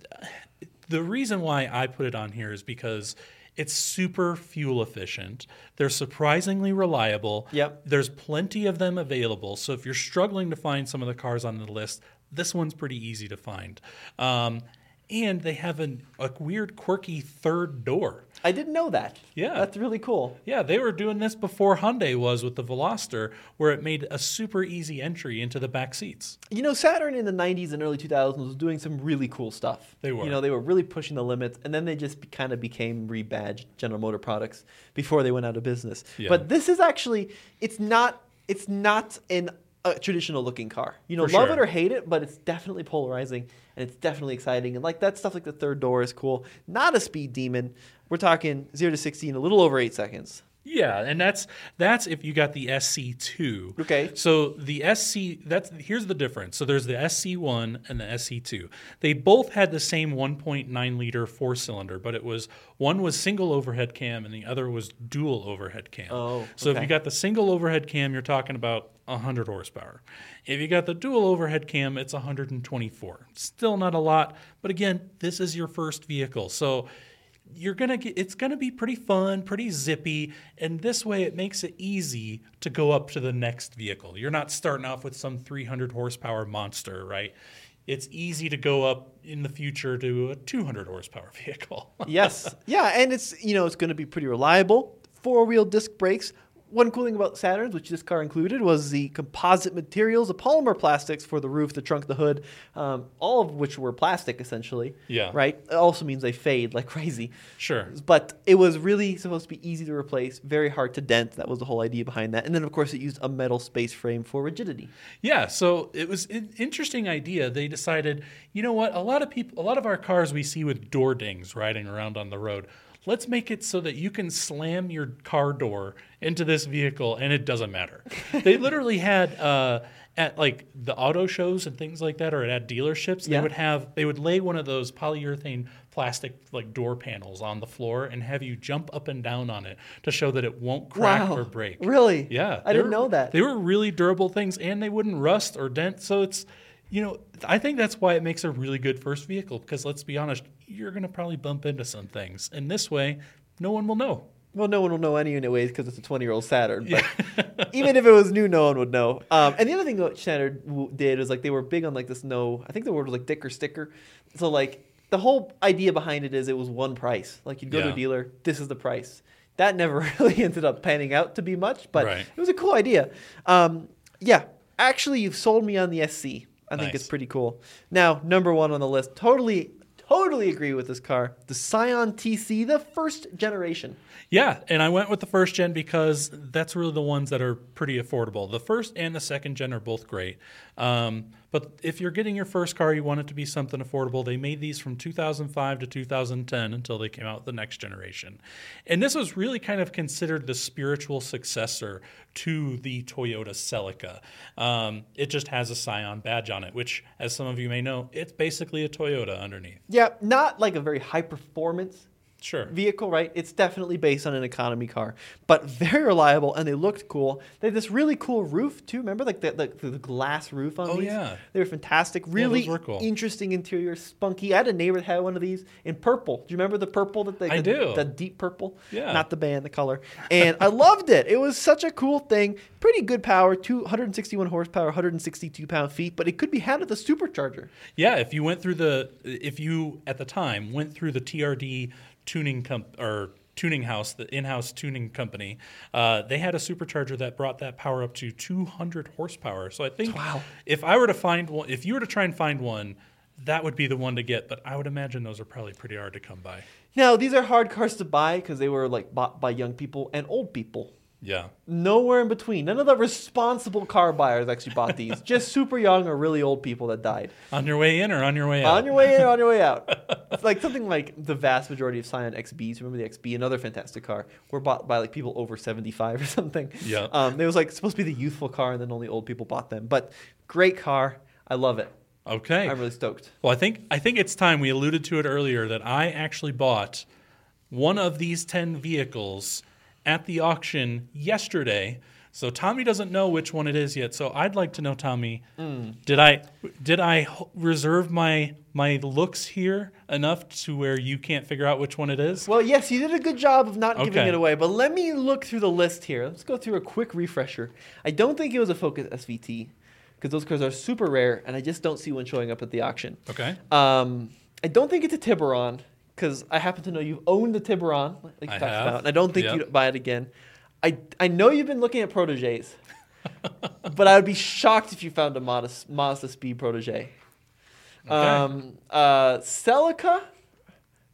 [SPEAKER 2] the reason why I put it on here is because it's super fuel efficient. They're surprisingly reliable.
[SPEAKER 1] Yep.
[SPEAKER 2] There's plenty of them available. So if you're struggling to find some of the cars on the list, this one's pretty easy to find. Um, and they have an, a weird, quirky third door.
[SPEAKER 1] I didn't know that.
[SPEAKER 2] Yeah.
[SPEAKER 1] That's really cool.
[SPEAKER 2] Yeah, they were doing this before Hyundai was with the Veloster, where it made a super easy entry into the back seats.
[SPEAKER 1] You know, Saturn in the 90s and early 2000s was doing some really cool stuff.
[SPEAKER 2] They were.
[SPEAKER 1] You know, they were really pushing the limits, and then they just be, kind of became rebadged General Motor products before they went out of business.
[SPEAKER 2] Yeah.
[SPEAKER 1] But this is actually, it's not, it's not an, a traditional looking car. You know,
[SPEAKER 2] For
[SPEAKER 1] love
[SPEAKER 2] sure.
[SPEAKER 1] it or hate it, but it's definitely polarizing and it's definitely exciting. And like that stuff, like the third door is cool. Not a speed demon. We're talking zero to 60 in a little over eight seconds.
[SPEAKER 2] Yeah, and that's that's if you got the SC2.
[SPEAKER 1] Okay.
[SPEAKER 2] So the SC that's here's the difference. So there's the SC1 and the SC2. They both had the same 1.9 liter four cylinder, but it was one was single overhead cam and the other was dual overhead cam.
[SPEAKER 1] Oh,
[SPEAKER 2] So if
[SPEAKER 1] okay.
[SPEAKER 2] you got the single overhead cam, you're talking about 100 horsepower. If you got the dual overhead cam, it's 124. Still not a lot, but again, this is your first vehicle. So you're gonna get it's gonna be pretty fun pretty zippy and this way it makes it easy to go up to the next vehicle you're not starting off with some 300 horsepower monster right it's easy to go up in the future to a 200 horsepower vehicle
[SPEAKER 1] yes. Yeah, and it's you know it's going to be pretty reliable. Four wheel disc brakes. One cool thing about Saturns, which this car included, was the composite materials, the polymer plastics for the roof, the trunk, the hood, um, all of which were plastic essentially.
[SPEAKER 2] Yeah.
[SPEAKER 1] Right. It also means they fade like crazy.
[SPEAKER 2] sure
[SPEAKER 1] But it was really supposed to be easy to replace, very hard to dent. That was the whole idea behind that. And then, of course, it used a metal space frame for rigidity.
[SPEAKER 2] Yeah, so it was an interesting idea. They decided, you know what? A lot of people, a lot of our cars we see with door dings riding around on the road. Let's make it so that you can slam your car door into this vehicle and it doesn't matter. they literally had uh, at like the auto shows and things like that, or at dealerships,
[SPEAKER 1] Yeah.
[SPEAKER 2] they would have they would lay one of those polyurethane plastic like door panels on the floor and have you jump up and down on it to show that it won't crack or break.
[SPEAKER 1] Really?
[SPEAKER 2] Yeah,
[SPEAKER 1] I
[SPEAKER 2] they
[SPEAKER 1] didn't
[SPEAKER 2] were-
[SPEAKER 1] know that.
[SPEAKER 2] They were really durable things, and they wouldn't rust or dent. So it's, you know, I think that's why it makes a really good first vehicle. Because let's be honest, you're gonna probably bump into some things, and this way, no one will know.
[SPEAKER 1] Well, no one will know anyways because it's a 20 year old Saturn. But even if it was new, no one would know. Um, and the other thing that Saturn w- did was like they were big on like this no, I think the word was like dick or sticker. So like the whole idea behind it is it was one price. Like you'd go to a
[SPEAKER 2] Yeah.
[SPEAKER 1] dealer, this is the price. That never really ended up panning out to be much, but
[SPEAKER 2] Right.
[SPEAKER 1] it was a cool idea. Um, yeah, actually, you've sold me on the SC. I think it's
[SPEAKER 2] Nice.
[SPEAKER 1] pretty cool. Now, number one on the list, totally, totally agree with this car. The Scion TC, the first generation.
[SPEAKER 2] Yeah, and I went with the first gen because that's really the ones that are pretty affordable. The first and the second gen are both great. Um, but if you're getting your first car, you want it to be something affordable. They made these from 2005 to 2010 until they came out with the next generation. And this was really kind of considered the spiritual successor to the Toyota Celica. Um, it just has a Scion badge on it, which, as some of you may know, it's basically a Toyota underneath.
[SPEAKER 1] Yeah, not like a very high performance
[SPEAKER 2] Sure.
[SPEAKER 1] vehicle, right? It's definitely based on an economy car, but very reliable, and they looked cool. They had this really cool roof too. Remember, like the, the, the glass roof on
[SPEAKER 2] Oh,
[SPEAKER 1] these?
[SPEAKER 2] yeah.
[SPEAKER 1] they were fantastic. Really
[SPEAKER 2] were cool.
[SPEAKER 1] interesting interior, spunky. I had a neighbor that had one of these in purple. Do you remember the purple that they?
[SPEAKER 2] I
[SPEAKER 1] the,
[SPEAKER 2] do.
[SPEAKER 1] The deep purple.
[SPEAKER 2] Yeah.
[SPEAKER 1] Not the band, the color. And I loved it. It was such a cool thing. Pretty good power, 261 horsepower, 162 pound feet, but it could be had at the supercharger.
[SPEAKER 2] Yeah, if you went through the, if you at the time went through the TRD tuning comp or tuning house, the in-house tuning company, uh, they had a supercharger that brought that power up to 200 horsepower. So I think
[SPEAKER 1] Wow.
[SPEAKER 2] if I were to find one, if you were to try and find one, that would be the one to get. But I would imagine those are probably pretty hard to come by.
[SPEAKER 1] Now these are hard cars to buy because they were like bought by young people and old people.
[SPEAKER 2] Yeah.
[SPEAKER 1] nowhere in between. None of the responsible car buyers actually bought these. Just super young or really old people that died.
[SPEAKER 2] On your way in or on your way out?
[SPEAKER 1] On your way in or on your way out. It's like something like the vast majority of Scion XBs, remember the XB, another fantastic car, were bought by like people over 75 or something.
[SPEAKER 2] Yeah.
[SPEAKER 1] Um, it was like supposed to be the youthful car and then only old people bought them. But great car. I love it.
[SPEAKER 2] okay.
[SPEAKER 1] I'm really stoked.
[SPEAKER 2] Well, I think I think it's time we alluded to it earlier that I actually bought one of these 10 vehicles at the auction yesterday. So Tommy doesn't know which one it is yet. So I'd like to know Tommy,
[SPEAKER 1] Hmm.
[SPEAKER 2] did I did I h- reserve my my looks here enough to where you can't figure out which one it is?
[SPEAKER 1] Well, yes, you did a good job of not giving
[SPEAKER 2] Okay.
[SPEAKER 1] it away, but let me look through the list here. Let's go through a quick refresher. I don't think it was a Focus SVT because those cars are super rare, and I just don't see one showing up at the auction.
[SPEAKER 2] Okay.
[SPEAKER 1] Um, I don't think it's a Tiburon because I happen to know you've owned a Tiburon, like you
[SPEAKER 2] I
[SPEAKER 1] talked
[SPEAKER 2] have.
[SPEAKER 1] about, and I don't think
[SPEAKER 2] Yep.
[SPEAKER 1] you'd buy it again. I, I know you've been looking at Proteges, but I would be shocked if you found a modest, Mazda Speed Protege. Um, uh, Celica,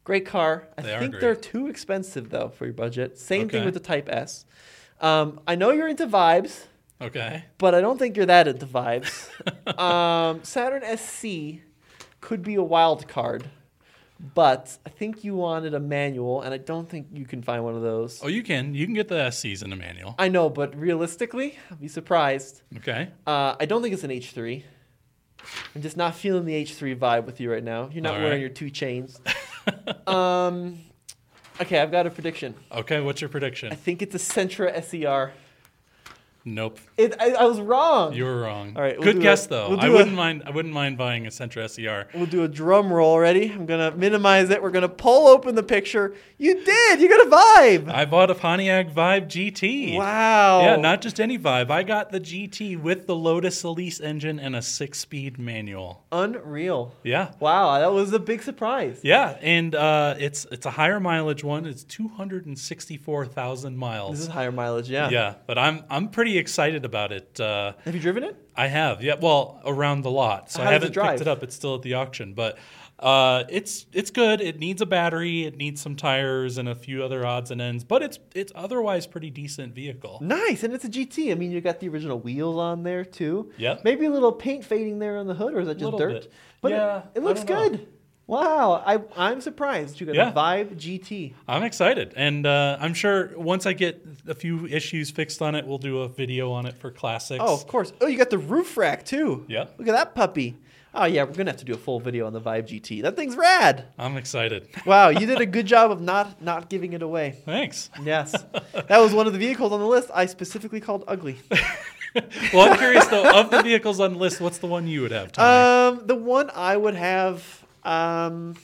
[SPEAKER 1] great car. I
[SPEAKER 2] They are
[SPEAKER 1] think
[SPEAKER 2] great.
[SPEAKER 1] they're too expensive though for your budget. Same
[SPEAKER 2] Okay.
[SPEAKER 1] thing with the Type S. Um, I know you're into vibes,
[SPEAKER 2] Okay.
[SPEAKER 1] but I don't think you're that into vibes. um, Saturn SC could be a wild card, but I think you wanted a manual, and I don't think you can find one of those.
[SPEAKER 2] Oh, you can you can get the SCs in a manual.
[SPEAKER 1] I know, but realistically, I'll be surprised.
[SPEAKER 2] Okay.
[SPEAKER 1] Uh, I don't think it's an H3. I'm just not feeling the H3 vibe with you right now. You're not
[SPEAKER 2] All
[SPEAKER 1] wearing
[SPEAKER 2] right.
[SPEAKER 1] your two chains. um, okay, I've got a prediction.
[SPEAKER 2] Okay, what's your
[SPEAKER 1] I
[SPEAKER 2] prediction?
[SPEAKER 1] think it's a Sentra SER.
[SPEAKER 2] Nope.
[SPEAKER 1] It, I, I was wrong.
[SPEAKER 2] You were wrong.
[SPEAKER 1] All right, we'll
[SPEAKER 2] Good
[SPEAKER 1] do
[SPEAKER 2] guess
[SPEAKER 1] a-
[SPEAKER 2] though.
[SPEAKER 1] we'll
[SPEAKER 2] I
[SPEAKER 1] do a-
[SPEAKER 2] wouldn't mind I wouldn't mind buying a E Sentra SER.
[SPEAKER 1] We'll do a drum roll. Ready? I'm gonna minimize it. We're gonna pull open the picture. You did. You got a vibe.
[SPEAKER 2] I bought a Pontiac Vibe GT.
[SPEAKER 1] Wow.
[SPEAKER 2] Yeah, not just any Vibe. I got the GT with the Lotus Elise engine and a six-speed manual.
[SPEAKER 1] unreal.
[SPEAKER 2] Yeah.
[SPEAKER 1] Wow, that was a big surprise.
[SPEAKER 2] Yeah, and uh, it's it's a higher mileage one. It's 264,000 miles.
[SPEAKER 1] This is higher mileage. Yeah.
[SPEAKER 2] yeah, but I'm I'm pretty excited about it. Uh,
[SPEAKER 1] Have you driven it?
[SPEAKER 2] I have, yeah. Well, around the lot, so
[SPEAKER 1] How does
[SPEAKER 2] I
[SPEAKER 1] it
[SPEAKER 2] haven't picked
[SPEAKER 1] drive?
[SPEAKER 2] it up. It's still at the auction, but uh, it's it's good. It needs a battery. It needs some tires and a few other odds and ends, but it's it's otherwise pretty decent vehicle.
[SPEAKER 1] Nice, and it's a GT. I mean, you got the original wheels on there too.
[SPEAKER 2] Yep.
[SPEAKER 1] Maybe a little paint fading there on the hood, or is that just
[SPEAKER 2] Little
[SPEAKER 1] dirt?
[SPEAKER 2] bit.
[SPEAKER 1] But it-
[SPEAKER 2] Yeah,
[SPEAKER 1] it,
[SPEAKER 2] I
[SPEAKER 1] looks
[SPEAKER 2] don't know.
[SPEAKER 1] good. Wow, I, I'm surprised you got
[SPEAKER 2] Yeah.
[SPEAKER 1] a Vibe GT.
[SPEAKER 2] I'm excited, and uh, I'm sure once I get a few issues fixed on it, we'll do a video on it for classics.
[SPEAKER 1] Oh, of course. Oh, you got the roof rack too.
[SPEAKER 2] Yeah.
[SPEAKER 1] Look at that puppy. Oh yeah, we're gonna have to do a full video on the Vibe GT. That thing's rad.
[SPEAKER 2] I'm excited.
[SPEAKER 1] Wow, you did a good job of not not giving it away.
[SPEAKER 2] Thanks.
[SPEAKER 1] Yes, that was one of the vehicles on the list I specifically called ugly.
[SPEAKER 2] Well, I'm curious though. Of the vehicles on the list, what's the one you would have, Tommy?
[SPEAKER 1] Um, the one I would have, um,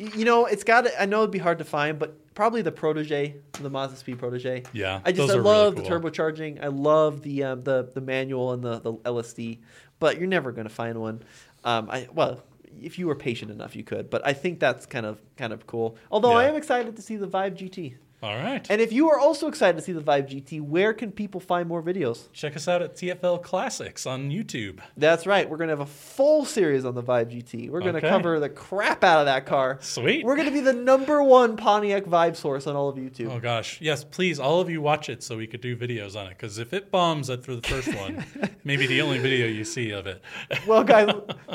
[SPEAKER 1] y- you know, it's got. I know it'd be hard to find, but probably the Protege, the Mazda Speed Protege.
[SPEAKER 2] Yeah,
[SPEAKER 1] I just
[SPEAKER 2] those
[SPEAKER 1] I
[SPEAKER 2] are really
[SPEAKER 1] love
[SPEAKER 2] cool.
[SPEAKER 1] the turbocharging. I love the um, the the manual and the the LSD, but you're never gonna find one. Um, I well. If you were patient enough, you could. But I think that's kind of kind of cool. Although I
[SPEAKER 2] Yeah.
[SPEAKER 1] am excited to see the Vibe GT.
[SPEAKER 2] All right.
[SPEAKER 1] And if you are also excited to see the Vibe GT, where can people find more videos?
[SPEAKER 2] Check us out at TFL Classics on YouTube.
[SPEAKER 1] That's right. We're going to have a full series on the Vibe GT. We're going to
[SPEAKER 2] Okay.
[SPEAKER 1] cover the crap out of that car.
[SPEAKER 2] Sweet.
[SPEAKER 1] We're going to be the number one Pontiac Vibe source on all of YouTube.
[SPEAKER 2] Oh gosh, yes, please, all of you watch it so we could do videos on it. Because if it bombs after the first one, maybe the only video you see of it.
[SPEAKER 1] Well, guys,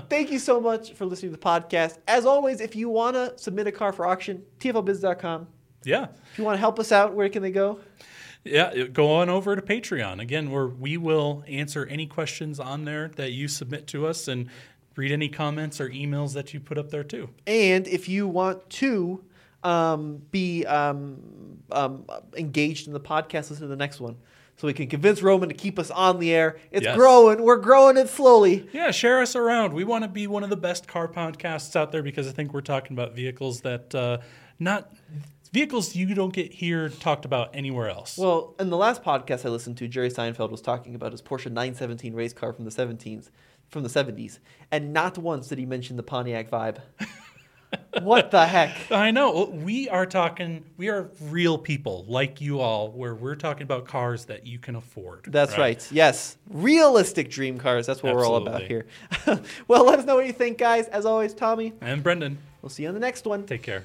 [SPEAKER 1] thank you so much for listening to the podcast. As always, if you want to submit a car for auction, tflbiz.com.
[SPEAKER 2] yeah,
[SPEAKER 1] If you want to help us out, where can they go?
[SPEAKER 2] yeah, it- go on over to Patreon again, where we will answer any questions on there that you submit to us and read any comments or emails that you put up there too.
[SPEAKER 1] And if you want to um, be um, um, engaged in the podcast, listen to the next one. So we can convince Roman to keep us on the air. It's
[SPEAKER 2] Yes.
[SPEAKER 1] growing. We're growing it slowly.
[SPEAKER 2] Yeah, share us around. We want to be one of the best car podcasts out there because I think we're talking about vehicles that uh, not vehicles you don't get here talked about anywhere else.
[SPEAKER 1] Well, in the last podcast I listened to, Jerry Seinfeld was talking about his Porsche 917 race car from the 17s, from the 70s, and not once did he mention the Pontiac vibe. what the heck?
[SPEAKER 2] I know. We are talking, we are real people like you all, where we're talking about cars that you can afford.
[SPEAKER 1] That's right. Yes. Realistic dream cars. That's what we're all about here. well, let us know what you think, guys. As always, Tommy,
[SPEAKER 2] And Brendan,
[SPEAKER 1] we'll see you on the next one.
[SPEAKER 2] take care.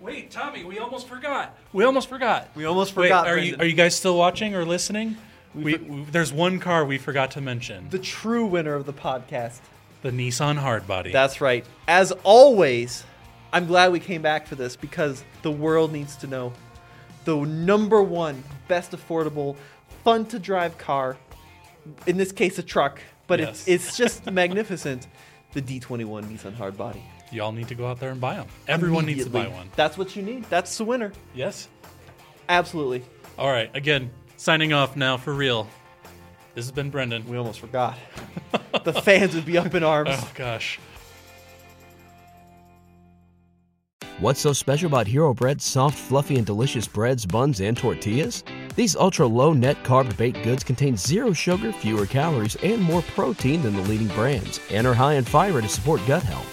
[SPEAKER 2] Wait, Tommy, we almost forgot. We almost forgot.
[SPEAKER 1] We almost
[SPEAKER 2] Wait,
[SPEAKER 1] forgot,
[SPEAKER 2] are, you,
[SPEAKER 1] Brendan.
[SPEAKER 2] are you guys still watching or listening? We, we, there's one car we forgot to mention
[SPEAKER 1] The true winner of the podcast.
[SPEAKER 2] the Nissan Hardbody.
[SPEAKER 1] That's right. As always, I'm glad we came back for this because the world needs to know the number one best affordable, fun to drive car, in this case a truck, but
[SPEAKER 2] Yes.
[SPEAKER 1] it's, it's just magnificent. The D21 Nissan Hardbody.
[SPEAKER 2] Y'all need to go out there and buy them. Everyone needs to buy
[SPEAKER 1] Immediately.
[SPEAKER 2] one.
[SPEAKER 1] That's what you need. That's the winner.
[SPEAKER 2] Yes?
[SPEAKER 1] Absolutely.
[SPEAKER 2] All right. Again, signing off now for real. This has been Brendan.
[SPEAKER 1] We almost forgot. the fans would be up in arms.
[SPEAKER 2] Oh, gosh.
[SPEAKER 3] What's so special about Hero Bread's soft, fluffy, and delicious breads, buns, and tortillas? These ultra low net carb baked goods contain zero sugar, fewer calories, and more protein than the leading brands, and are high in fiber to support gut health.